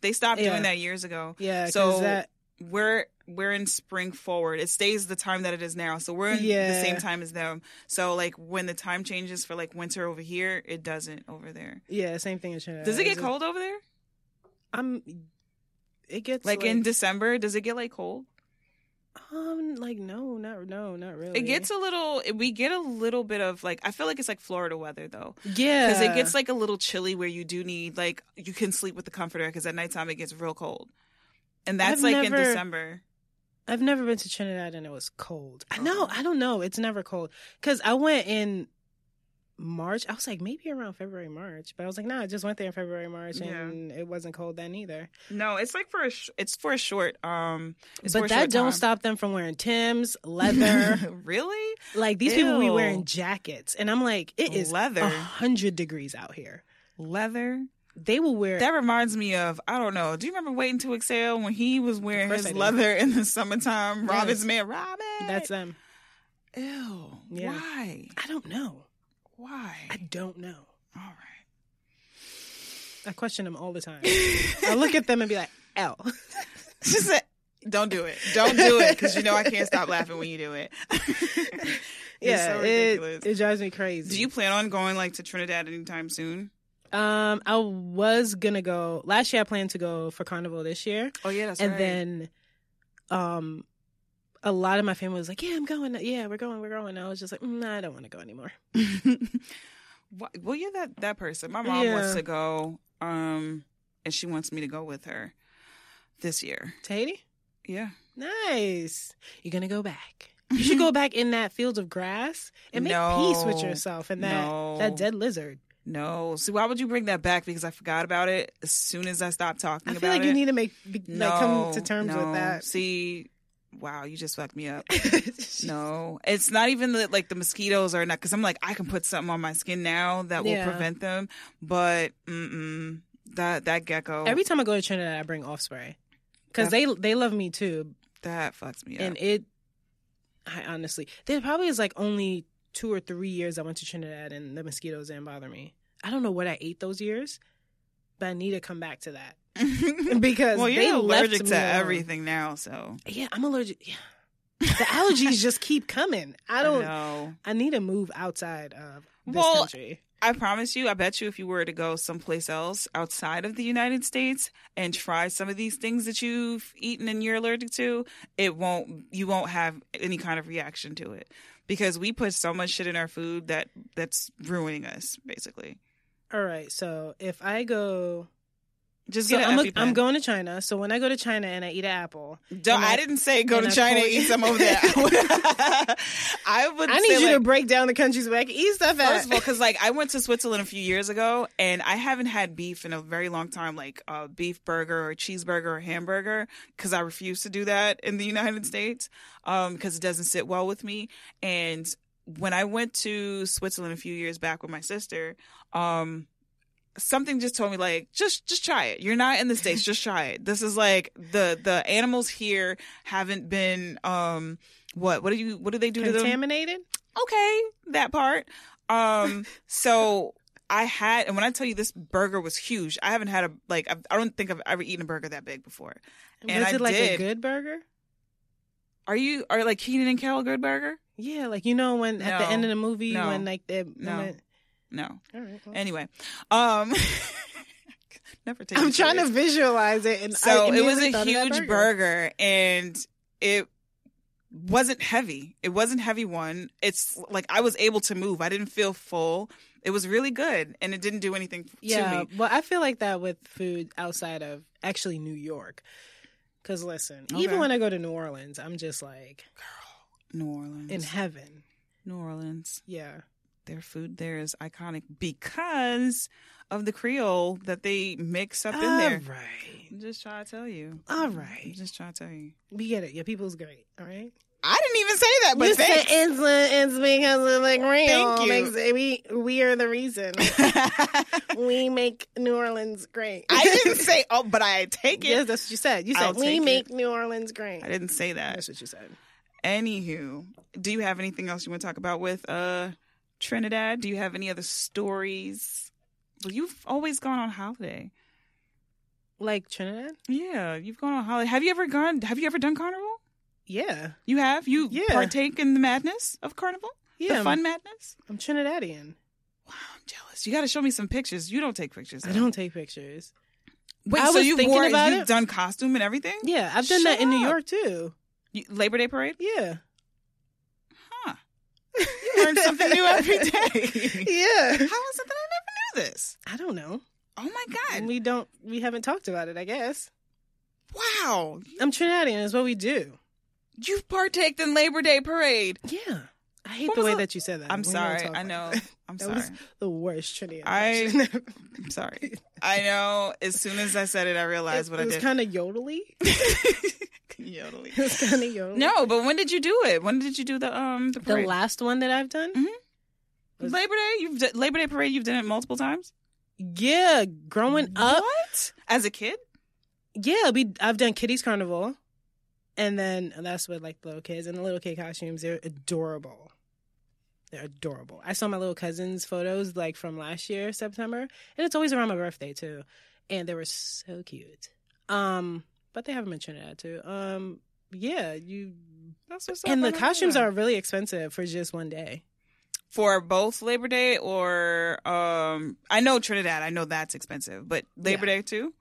they stopped
Yeah.
doing that years ago.
Yeah.
So-
So that
We're we're in spring forward. It stays the time that it is now. So we're in the
Yeah.
same time as them. So like when the time changes for like winter over here, it doesn't over there.
yeah, same thing in Trinidad.
Does it get
Is
cold over there?
I'm. It gets
Like in December, does it get like cold?
um like no not no not really.
It gets a little. We get a little bit of like. I feel like it's like Florida weather though,
yeah
because it gets like a little chilly where you do need like you can sleep with the comforter because at nighttime it gets real cold, and that's
I've
like in
never-
December.
I've never been to Trinidad and it was cold. I know I don't know it's never cold because I went in March. I was like maybe around February March, but I was like nah I just went there in February March and it wasn't cold then either.
No, it's like for a sh- it's for a short um. It's for a
but that
short
don't
time.
stop them from wearing Tim's
*laughs*
leather.
really?
like these people be
Ew.
wearing jackets and I'm like it is
Leather.
a hundred degrees out here.
Leather.
They will wear
That reminds me of I don't know. Do you remember waiting to exhale when he was wearing
course I
his
do.
leather in the summertime? Robin's man, Robin. *laughs*
that's them.
ew.
Yeah.
Why?
I don't know.
Why?
I don't know.
All right. *laughs*
I question them all the time. I look at them and be like, "L."
She said, "Don't do it. Don't do it because you know I can't stop laughing when you do it." *laughs*
Yeah,
so ridiculous.
it, it drives me crazy.
do you plan on going like to Trinidad anytime soon?
Um, I was gonna go last year. I planned to go for carnival this year,
Oh yeah, that's
and then, um, a lot of my family was like, "Yeah, I'm going. Yeah, we're going. We're going." I was just like, mm, nah, "I don't want to go anymore."
*laughs* then. well, you're that that person. My mom wants
Yeah.
to go, um, and she wants me to go with her this year.
To Haiti,
Yeah,
nice. You're gonna go back. You
*laughs*
should go back in that field of grass and make peace
No.
with yourself and that
No.
that dead lizard.
no. So why would you bring that back? Because I forgot about it as soon as I stopped talking
I
about
feel like
it.
you need to make be, like come to
No,
terms
no.
with that.
See, wow, you just fucked me
*laughs*
up. No, it's not even that like the mosquitoes are not because I'm like I can put something on my skin now that will
Yeah.
prevent them, but mm-mm, that that gecko
Every time I go to Trinidad, I bring off spray because they they love me too.
that fucks me
and
up.
it i honestly there probably is like only two or three years i went to trinidad and the mosquitoes didn't bother me i don't know what i ate those years but i need to come back to that *laughs*
*laughs*
because
well,
they
you're
left
allergic
me
to
alone.
everything now, so
yeah i'm allergic yeah the allergies just keep coming
*laughs*
i don't I,
know.
need to move outside of this
Well,
country
I promise you, I bet you if you were to go someplace else outside of the United States and try some of these things that you've eaten and you're allergic to, it won't you won't have any kind of reaction to it. Because we put so much shit in our food that that's ruining us, basically.
all right so if i go
Just
so
get
I'm,
an
a-
EpiPen.
I'm going to china so when i go to china and i eat an apple
Don't,
and
I,
I-
didn't say go
and
to
I
China
pour-
and eat some over there. *laughs*
*laughs*
I would.
i need
say,
you to
like,
break down the countries where i can eat stuff at
First of all, because like I went to Switzerland a few years ago, and I haven't had beef in a very long time, like a beef burger or cheeseburger or hamburger, because I refuse to do that in the United States, because it doesn't sit well with me. And when I went to Switzerland a few years back with my sister, um, something just told me like just just try it. You're not in the states, just try it. This is like the the animals here haven't been um what what do you what do they do to them?
contaminated
okay, that part.
*laughs*
Um, so I had, and when I tell you this burger was huge, I haven't had a like. I've, I don't think I've ever eaten a burger that big before. And
was
I
it like
did.
a good burger?
Are you are like Keenan and Kel a good burger?
Yeah, like you know when at the end
No.
of the movie
No.
when like they
No.
when it-
No.
all right, well. *laughs*
Anyway, um, *laughs* never take.
I'm
it
trying to
serious.
visualize it, and uh,
So
I
it was
immediately
a
thought of that
huge burger. and it wasn't heavy. It wasn't heavy one. It's like I was able to move. I didn't feel full. It was really good and it didn't do anything to
Yeah,
me.
well, I feel like that with food outside of actually New York. Because listen,
Okay.
even when I go to New Orleans, I'm just like
New Orleans.
in heaven.
New Orleans.
Yeah,
their food there is iconic because of the Creole that they mix up in
all
there.
right,
I'm just trying to tell you.
all
I'm
right,
just trying to tell you.
we get it. Your people's great. All right,
I didn't even say that, but
you said
thanks.
it's, it's because of the real.
you.
Makes it- we we are
*laughs*
the reason. we make New Orleans great.
I didn't say. Oh, but I take it.
yes, that's what you said. You said
I'll
*laughs* we
take
make New Orleans great.
I didn't say that.
That's what you said.
Anywho, do you have anything else you want to talk about with uh Trinidad? Do you have any other stories? Well, you've always gone on holiday.
Like Trinidad?
Yeah, you've gone on holiday. Have you ever gone? Have you ever done carnival?
Yeah.
You have. You
Yeah.
partake in the madness of carnival.
Yeah.
the
I'm-
fun madness.
I'm Trinidadian.
Wow, I'm jealous. You got to show me some pictures. You don't take pictures.
I
though.
don't take pictures.
Wait,
I
so
was
you
thinking
wore?
about
you've
it.
done costume and everything.
Yeah, I've done that
Shut
in New
up.
York too.
You- Labor Day parade.
Yeah.
Huh. You learn something new
*laughs*
every day. How is it
yeah.
that I never knew this?
*laughs* I don't know.
Oh my god!
We don't we haven't talked about it, I guess.
Wow,
I'm Trinidadian is what we do.
you've partaked in Labor Day parade.
Yeah. I hate
What
the
was
way
the-
that you said that.
I'm
We're not gonna
sorry.
talk
I
about
know.
that.
I'm
*laughs* That
sorry.
was the worst Trinidad.
I-
impression.
*laughs* I'm sorry.
*laughs*
I know. As soon as I said it, I realized what
it
I *laughs*
was
did.
kind of *laughs* yodely.
Yodeling.
It was kind of yodely.
No, but when did you do it? When did you do the um the
the
parade?
last one that I've done. was-
Labor Day. You've d- Labor Day parade. You've done it multiple times.
Yeah, growing up.
What? As a kid?
Yeah, we I've done Kitty's Carnival, and then that's with like the little kids and the little kid costumes. They're adorable. They're adorable. I saw my little cousin's photos like from last year September, and it's always around my birthday too, and they were so cute. Um, but they have them in Trinidad too. Um, yeah, you
That's what's up.
and
I
the
didn't know
costumes
that.
are really expensive for just one day.
for both Labor Day or um I know Trinidad. I know that's expensive, but Labor Day too.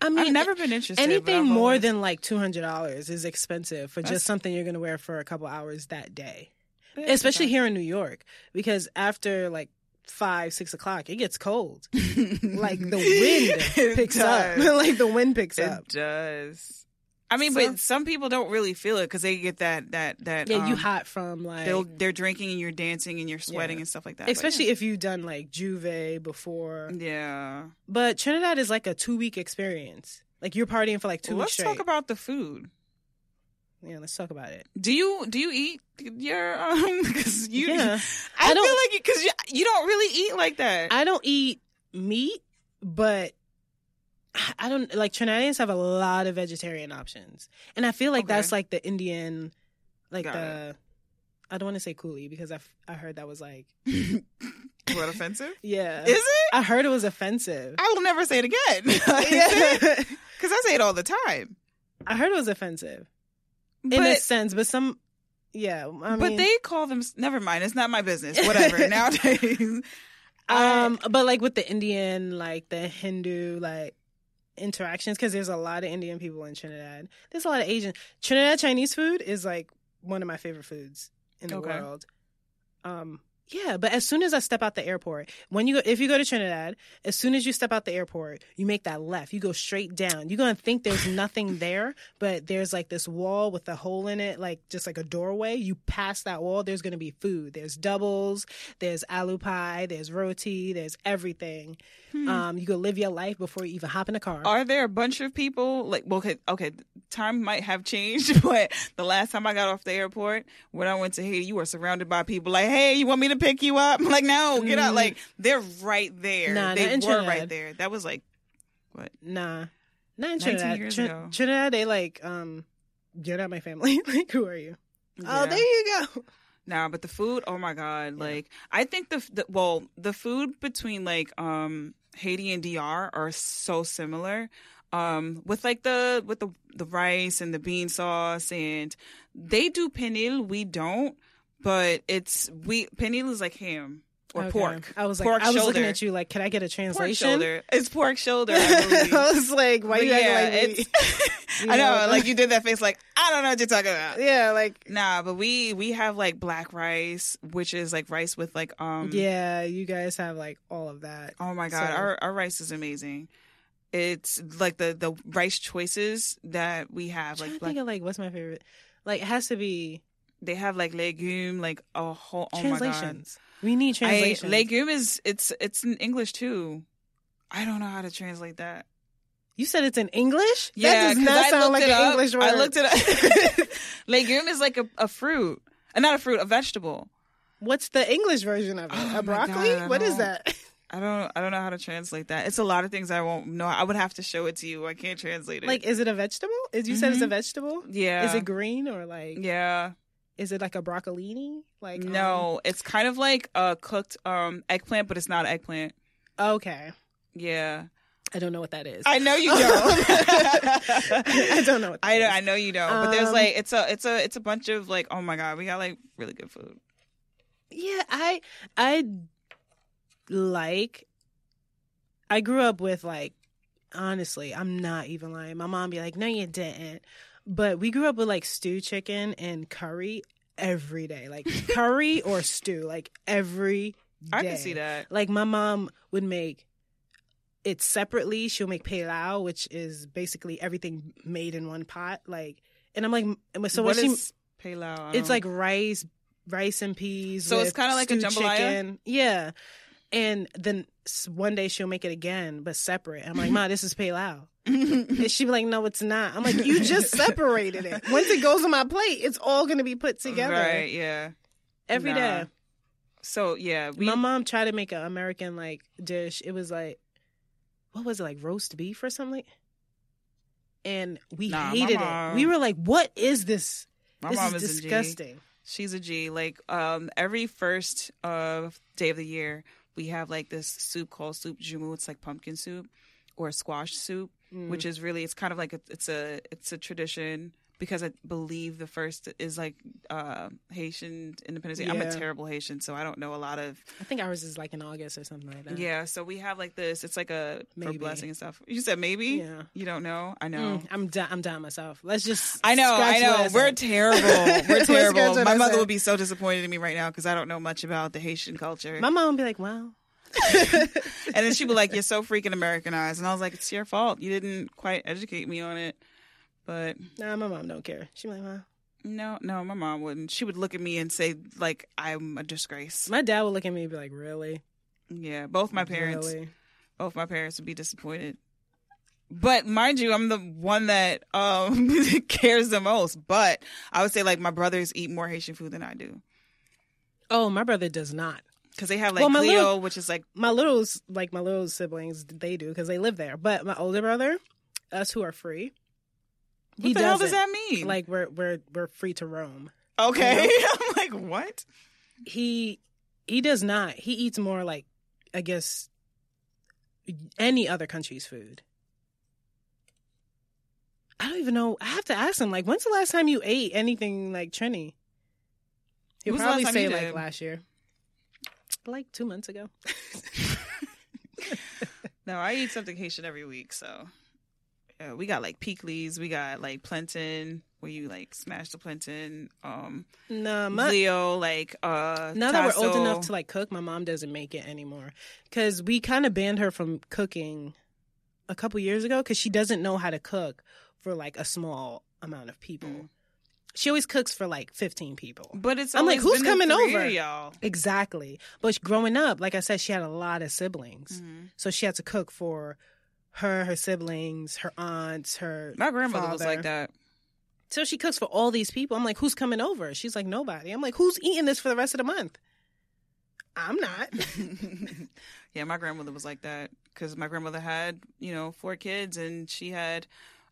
I
I
mean,
have never been interested. but
anything
I've
more
always-
than like two hundred dollars is expensive for
That's-
just something you're going to wear for a couple hours that day.
Yeah,
especially
okay.
here in New York, because after like five, six o'clock, it gets cold. *laughs* Like the wind
*laughs* It
picks up.
does.
*laughs* like the wind picks
It
up.
does. I mean,
So-
but some people don't really feel it because they get that that that.
Yeah, you
um,
hot from like,
They'll, they're drinking and you're dancing and you're sweating
Yeah.
and stuff like that. but
especially if you've done like Juve before.
yeah. yeah.
But Trinidad is like a two week experience. Like you're partying for like two
Well,
weeks
let's
straight.
talk about the food.
yeah, let's talk about it.
Do you do you eat your um? *laughs* Because you,
yeah,
I,
I
feel
don't-
like because you, you don't really eat like that.
I don't eat meat, but. I- I don't like Trinidadians have a lot of vegetarian options, and I feel like
Okay.
that's like the Indian, like
Got
the I don't want to say coolie because I, f- I heard that was like
what offensive? *laughs*
yeah
Is it?
I heard it
*laughs*
was offensive.
I will never say it again. *laughs* Because
Yeah.
I say it all the time.
*laughs* I heard it was offensive
But,
in a sense, but some yeah. I
but
mean,
they call them, never mind, it's not my business. *laughs* Whatever. Nowadays, *laughs*
um but like with the Indian like the Hindu like interactions because there's a lot of Indian people in Trinidad. There's a lot of Asian Trinidad Chinese food is like one of my favorite foods in the
Okay.
world. Um yeah, but as soon as I step out the airport, when you go, if you go to Trinidad, as soon as you step out the airport, you make that left. You go straight down. You're gonna
*laughs*
think there's nothing there, but there's like this wall with a hole in it, like just like a doorway. You pass that wall, there's gonna be food. There's doubles, there's alu pie, there's roti, there's everything. Um, you go live your life before you even hop in a car.
Hmm. are there a bunch of people like well okay, okay time might have changed *laughs* but the last time i got off the airport when i went to haiti you were surrounded by people like hey you want me to pick you up *laughs* I'm like no get out
Mm.
like they're right there
Nah,
they
not
were
in
right
Trinidad.
there that was like what
nah, not
19
in Trinidad.
years
Trin-
ago.
Trinidad, they like, um, you're not my family. *laughs* like, who are you? Oh,
Yeah.
there you go.
Nah, but the food, oh my god! Like I think the, the well, the food between like um Haiti and DR are so similar. Um, with like the with the the rice and the bean sauce, and they do penil, we don't. But it's we penil is like ham or
Okay.
pork.
I was like,
pork
I was
shoulder.
looking at you like, can I get a
Pork
translation?
shoulder. It's pork shoulder.
*laughs*
I believe.
I was like, why
But
you
yeah,
acting like me?
it's, *laughs*
*laughs* You
I know,
know.
like you did that face, like I don't know what you're talking about.
*laughs* yeah, like
Nah, but we we have like black rice, which is like rice with like um
yeah, you guys have like all of that.
Oh my god,
So-
our our rice is amazing. It's like the the rice choices that we
I'm
have,
trying
like
to
black,
think of like what's my favorite. Like it has to be
they have like legume, like a whole oh my god.
translations. we need
I-
translations.
legume is it's it's in English too. I don't know how to translate that.
you said it's in English.
Yeah,
that does
'cause
not
I
sound
looked
like
it
an
up.
English word.
I looked it up. *laughs* legume is like a, a fruit, Uh, not a fruit, a vegetable.
What's the English version of it?
Oh my
a broccoli?
God, I
what is
don't-
that? *laughs*
I don't I don't know how to translate that. It's a lot of things I won't know. I would have to show it to you. I can't translate it.
Like, is it a vegetable? Is you said it's a vegetable?
Mm-hmm. yeah,
Is it green or like?
yeah.
Is it like a broccolini? Like um,
no, it's kind of like a cooked um eggplant, but it's not eggplant.
um, okay,
Yeah,
I don't know what that is.
I know
*laughs*
you
I
don't.
don't know. What that
*laughs* I
is.
don't, I know you don't, but there's
Um,
like it's a it's a it's a bunch of like oh my god we got like really good food.
Yeah, I I like I grew up with like honestly, I'm not even lying. My mom be like, "No you didn't." But we grew up with like stew chicken and curry every day. Like curry or stew like every day.
I can see that.
Like my mom would make it separately. She'll make pilau, which is basically everything made in one pot. Like and I'm like m- so
So
what
what
she
is Palau? I
it's
don't- *laughs*
like rice, rice and peas.
Um, So it's
with
kinda like a
stewed
jambalaya?
chicken. Yeah. And then s- one day she'll make it again, but separate. I'm like, Ma, this is pilau. And she'd be like, No, it's not. I'm like, You
*laughs*
just separated it. Once it goes on my plate, it's all gonna be put together
right? Yeah.
every
Nah.
day.
So yeah, we
my mom tried to make an American like dish. It was like, what was it like roast beef or something? And we
Nah, my
hated it.
mom-
We were like, "What is this?
my
this
mom
is
is a G.
disgusting."
She's a G. Like um, every first uh, day of the year, we have like this soup called soup jumu. It's like pumpkin soup or squash soup,
Mm.
which is really it's kind of like a, it's a it's a tradition because I believe the first is like uh, Haitian Independence Day. I'm
Yeah.
a terrible Haitian, so I don't know a lot of
I think ours is like in August or something like that.
yeah. So we have like this. It's like a
Maybe.
for blessing and stuff. You said maybe.
Yeah.
You don't know. I know.
Mm, I'm di- I'm dying myself. Let's just.
I know, I
scratch
know.
what
We're
said. *laughs*
terrible. We're
Let's go
terrible.
to
My
the
mother
side.
would be so disappointed in me right now because I don't know much about the Haitian culture.
My mom would be like, "Wow,
and then she'd be like, "You're so freaking Americanized," and I was like, "It's your fault. You didn't quite educate me on it." But
nah, my mom don't care." She be like, "Wow."
no, no, my mom wouldn't. She would look at me and say, "Like I'm a disgrace."
My dad would look at me and be like, "Really?"
Yeah, both my parents,
Really?
both my parents would be disappointed. But mind you, I'm the one that um, *laughs* cares the most. But I would say like my brothers eat more Haitian food than I do
Oh, my brother does not.
because they have like
Well, my
Leo,
little-
which is like
my little s- like my little siblings they do because they live there but my older brother us who are free
What the hell does
doesn't.
that mean?
like we're we're we're free to roam
okay,
*laughs*
I'm like, what?
he he does not he eats more like i guess any other country's food i don't even know i have to ask him like when's the last time you ate anything like trini he'll
When's the last
probably
time
say
you
like
did?
last year like two months ago
No, I eat something Haitian every week, so yeah, we got like Peekleys, we got like plantain, where you like smash the plantain. Um,
no my,
Leo, like uh,
now that we're old
tasso.
enough to like cook my mom doesn't make it anymore because we kind of banned her from cooking a couple years ago because she doesn't know how to cook for like a small amount of people
Mm.
she always cooks for like 15 people
but it's
I'm like,
always
who's
been the
coming
three
over?
of y'all?
exactly but growing up like i said she had a lot of siblings
Mm. Mm-hmm.
so she had to cook for her her siblings her aunts her
My grandmother was
father.
like that.
so she cooks for all these people. I'm like, who's coming over? She's like, nobody. I'm like, who's eating this for the rest of the month? I'm not.
*laughs* yeah, my grandmother was like that because my grandmother had, you know, four kids and she had,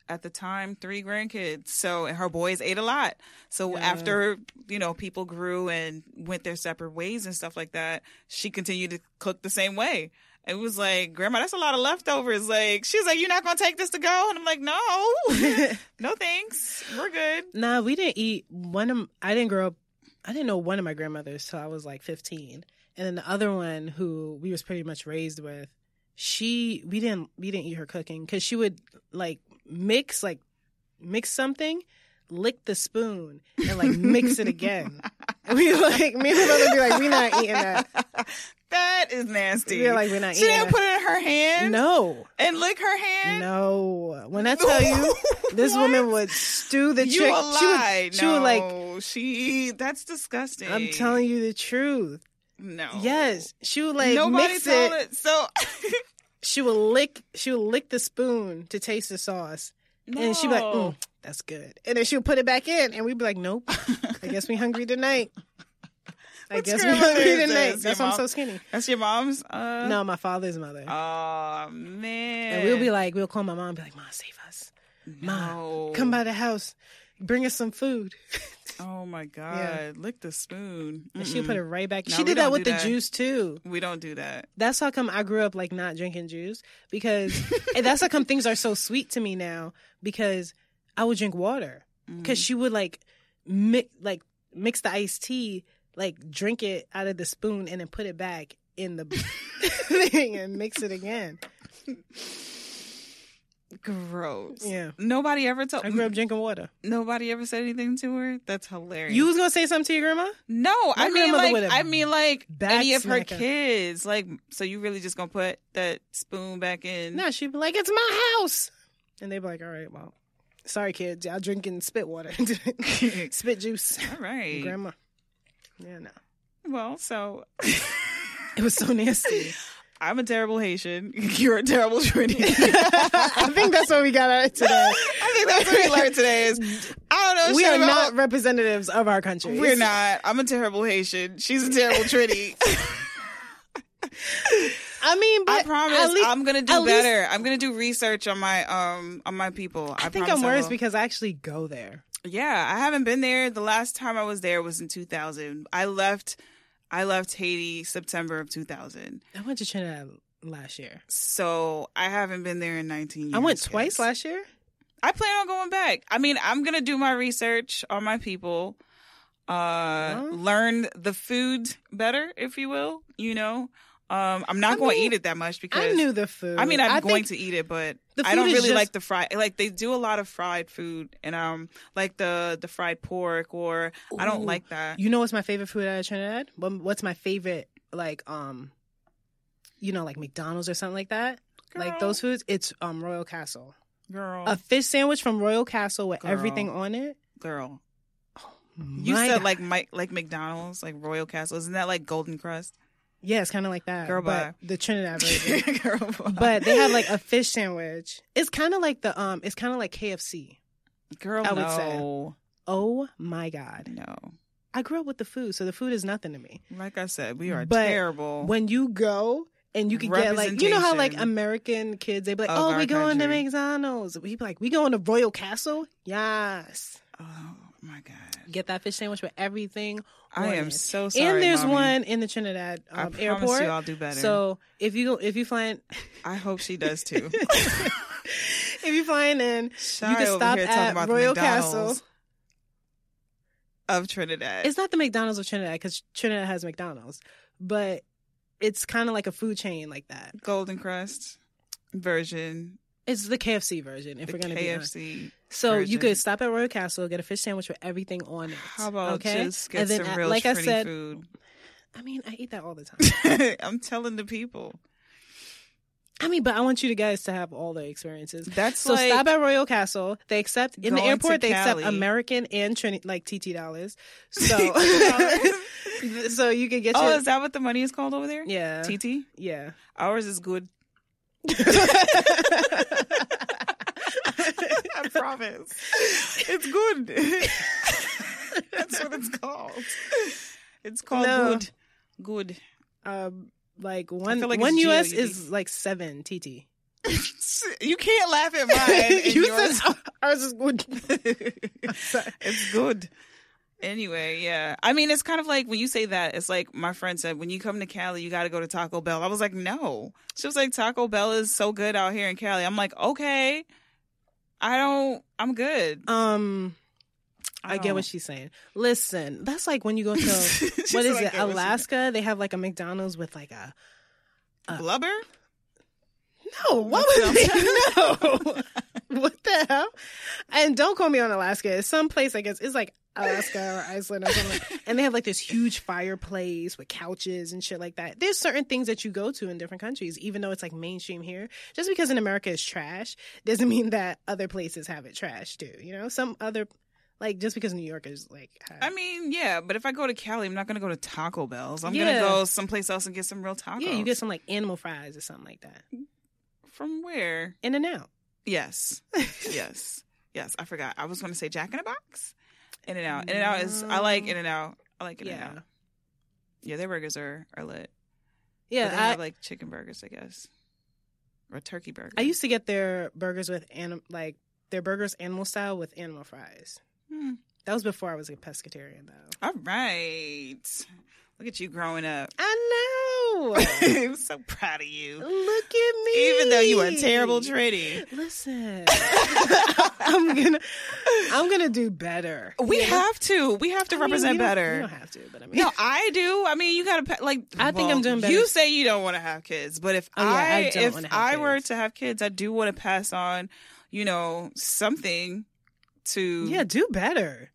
at the time, three grandkids. So, and her boys ate a lot. So, after, you know, people grew and went their separate ways and stuff like that, she continued to cook the same way. It was like, Grandma, that's a lot of leftovers. Like, she's like, You're not going to take this to go? And I'm like,
*laughs*
No, no thanks. We're good.
nah, we didn't eat one of I didn't grow up I didn't know one of my grandmothers till I was like 15. And then the other one who we was pretty much raised with, she we didn't we didn't eat her cooking cuz she would like mix like mix something, lick the spoon and like mix it again. *laughs* And we like me and my brother be like we not eating
*laughs*
that.
That is nasty.
We were like, we're not
she
eating
didn't
that.
put it in her hand
No.
and lick her hand.
No, when I *laughs* tell you, this
What?
woman would stew the
you
chick.
a
She
lie.
would, she would like.
No, she. That's disgusting.
I'm telling you the truth.
No.
Yes, she would like
Nobody
mix
told
it.
it. So.
She would lick. She would lick the spoon to taste the sauce, and she'd be like,
No.
mm, "That's good." And then she would put it back in, and we'd be
*laughs*
like, "Nope, I guess we hungry tonight." I
What's
guess we
going on
hungry
there? Is
tonight.
this your
That's why I'm so
mom?
skinny.
That's your mom's. Uh,
No, my father's mother.
Oh man.
And we'll be like, we'll call my mom, and be like, "Ma, save us, Ma,
No.
come by the house, bring us some food."
Oh my God!
Yeah.
Lick the spoon.
And she
Mm-mm.
put it right back.
No,
she
we
did that
don't
with
do
the
that.
juice too.
We don't do that.
That's how come I grew up like not drinking juice because and that's how come things are so sweet to me now because I would drink water
Mm-hmm. Mm.
because she would like mix like mix the iced tea like drink it out of the spoon and then put it back in the *laughs* thing and mix it again.
Gross.
Yeah.
Nobody ever told.
I grew up drinking water.
Nobody ever said anything to her. That's hilarious.
You was gonna say something to your grandma?
no, I mean
grandmother
like
would've
I mean like any of her
backsmack her.
kids. Like, so you really just gonna put that spoon back in?
No, she'd be like, "It's my house," and they'd be like, "All right, well, sorry, kids, y'all drinking spit water, *laughs* spit juice,
All right.
grandma." Yeah, no,
well, so
it was so nasty.
*laughs* I'm a terrible *laughs* Haitian. You're a terrible Trinity.
*laughs* I think that's what we got out of today.
I think that's what we learned today is I don't know.
We
shit
are
about-
not representatives of our country.
We're not. I'm a terrible Haitian. She's a terrible Trinity.
I mean,
*laughs*
but
I promise.
at least-
I'm gonna do
at least-
better. I'm gonna do research on my um on my people. I,
I think
promise
I'm
I
worse
will.
because I actually go there.
yeah, I haven't been there. The last time I was there was in 2000. I left. I left Haiti September of 2000.
I went to Trinidad last year.
So I haven't been there in 19 years.
I went
kids.
twice last year.
I plan on going back. I mean, I'm gonna do my research on my people, uh, learn the food better, if you will. You know, um, I'm not
I
going to
mean,
eat it that much because
I knew the food.
I mean, I'm
I
going
think
to eat it, but
the
I don't
food is
really
just-
like the fried. Like they do a lot of fried food, and um, like the the fried pork, or I don't
Ooh.
like that.
You know what's my favorite food out of Trinidad? What- What's my favorite like um you know like McDonald's or something like that? Like
Girl.
those foods, it's um Royal Castle.
Girl,
A fish sandwich from Royal Castle with
Girl.
everything on it.
girl, you
My
said
God.
like Mike, like McDonald's, like Royal Castle. Isn't that like Golden Crust?
yeah, it's kind of like that.
Girl,
but
bye.
the Trinidad version.
*laughs* Girl, bye.
but they have like a fish sandwich. It's kind of like the um it's kind of like KFC.
girl,
I would say.
no,
Oh my god.
no.
I grew up with the food, so the food is nothing to me.
Like I said, we are
But
terrible.
when you go and you can get like you know how like
Representation
American kids they be like,
of
oh,
our
we going to
country.
McDonald's. We be like, we going to Royal Castle. Yes,
oh my god,
get that fish sandwich with everything. on
I am
it.
so sorry.
and there's
mommy.
one in the Trinidad
I
um,
promise
airport.
you, I'll do better.
So if you go, if you flying, *laughs*
I hope she does too.
if you flying in,
Shia
you can
over
stop
here talking
at
about the
Royal
McDonald's
Castle.
of Trinidad.
It's not the McDonald's of Trinidad because Trinidad has McDonald's, but it's kind of like a food chain like that.
Golden Crust version,
It's the KFC version. If
the
we're gonna be honest.
KFC.
So you
version.
could stop at Royal Castle, get a fish sandwich with everything on it.
How about
okay?
just get
And then,
some
uh,
real
like I
Trini
said-
food?
I mean, I eat that all the time.
*laughs* I'm telling the people.
I mean, but I want you to guys to have all the experiences.
That's
So
like *laughs*
stop at Royal Castle. They accept in the
going to
airport. They accept
Cali.
American and Trini- like TT
*laughs*
dollars. So, so you could get
oh,
your
is that what the money is called over there?
yeah,
TT. *laughs*
yeah. *laughs*
Ours is good. I promise. It's good. *laughs* That's what it's called. It's called
No.
good. Good.
Um, like one
feel like
one
it's
US
GOUD.
is like seven TT.
*laughs* You can't laugh at *laughs* mine. Uh, and
*laughs* you
yours-
said ours is good.
*laughs*
sorry.
it's good. Anyway, yeah. I mean, it's kind of like when you say that, it's like my friend said, when you come to Cali, you got to go to Taco Bell. I was like, no. She was like, Taco Bell is so good out here in Cali. I'm like, okay. I don't, I'm good. *laughs*
Um, I get
don't-
what she's saying. Listen, that's like when you go
*laughs*
to
She
what
said,
is
"I
it,
get what she
Alaska? They have like a McDonald's with like a
Blubber?
no. Oh, What was it? *laughs* No, what the hell? And don't call me on Alaska. It's some place I guess it's like Alaska or Iceland or something. *laughs* and they have like this huge fireplace with couches and shit like that. There's certain things that you go to in different countries, even though it's like mainstream here. Just because in America it's trash doesn't mean that other places have it trash too. You know, some other. Like just because New York is like, have-
I mean, yeah, but if I go to Cali, I'm not going to go to Taco Bell's. I'm going
Yeah.
to go someplace else and get some real tacos.
Yeah, you get some like animal fries or something like that.
From where?
In and out. *laughs*
Yes. yes. Yes. I forgot. I was going to say Jack in a Box. In and out. In and out is, I like In and out. I like In and
Yeah.
Out. Yeah, their burgers are, are lit. Yeah,
Yeah.
they
I,
have like chicken burgers, I guess, or turkey burger.
I used to get their burgers with anim like their burgers animal style with animal fries.
Hmm.
That was before I was a pescatarian, though.
All right. Look at you growing
*coughs*
up. *laughs*
I know.
I'm so proud of you.
Look at me.
Even though you are a terrible tradie. *laughs*
Listen, I'm gonna, I'm gonna do better.
We
You know?
have to. We have to
I mean,
represent
you don't- You
better.
don't have to, but I mean,
*laughs* No, I do. I mean, you gotta pa- like.
I think I'm doing better.
You say you don't want to have kids, but if
Oh, yeah,
I,
I don't
if
wanna have
I were
kids.
to have kids, I do want to pass on, you know, something to.
yeah, do
*laughs*
better.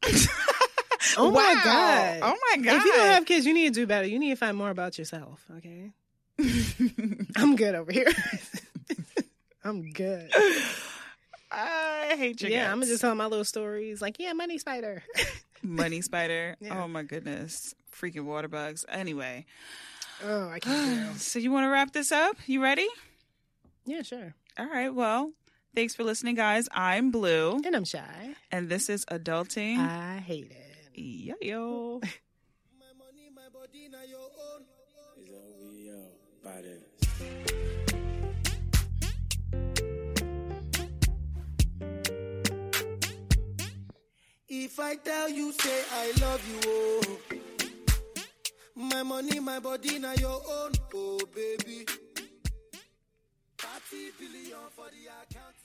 oh
Wow.
my god.
Oh my god!
If you don't have kids, you need to do better. You need to find more about yourself. Okay.
*laughs*
I'm good over here. *laughs* I'm good.
I hate your
yeah, I'm
guts. *laughs*
gonna just tell my little stories. Like, yeah, money spider.
money spider.
Yeah.
Oh my goodness, freaking water bugs. *gasps* Anyway,
oh, I can't
so you want to wrap this up? You ready?
do. *gasps* Yeah, sure.
All right. Well, thanks for listening, guys. I'm Blue,
And I'm shy.
and this is Adulting.
I hate it.
yo yo.
My money, my body, now your own.
It's over here, party.
If I tell you, say I love you, oh. My money, my body, now your own, oh baby. 30 billion for the account.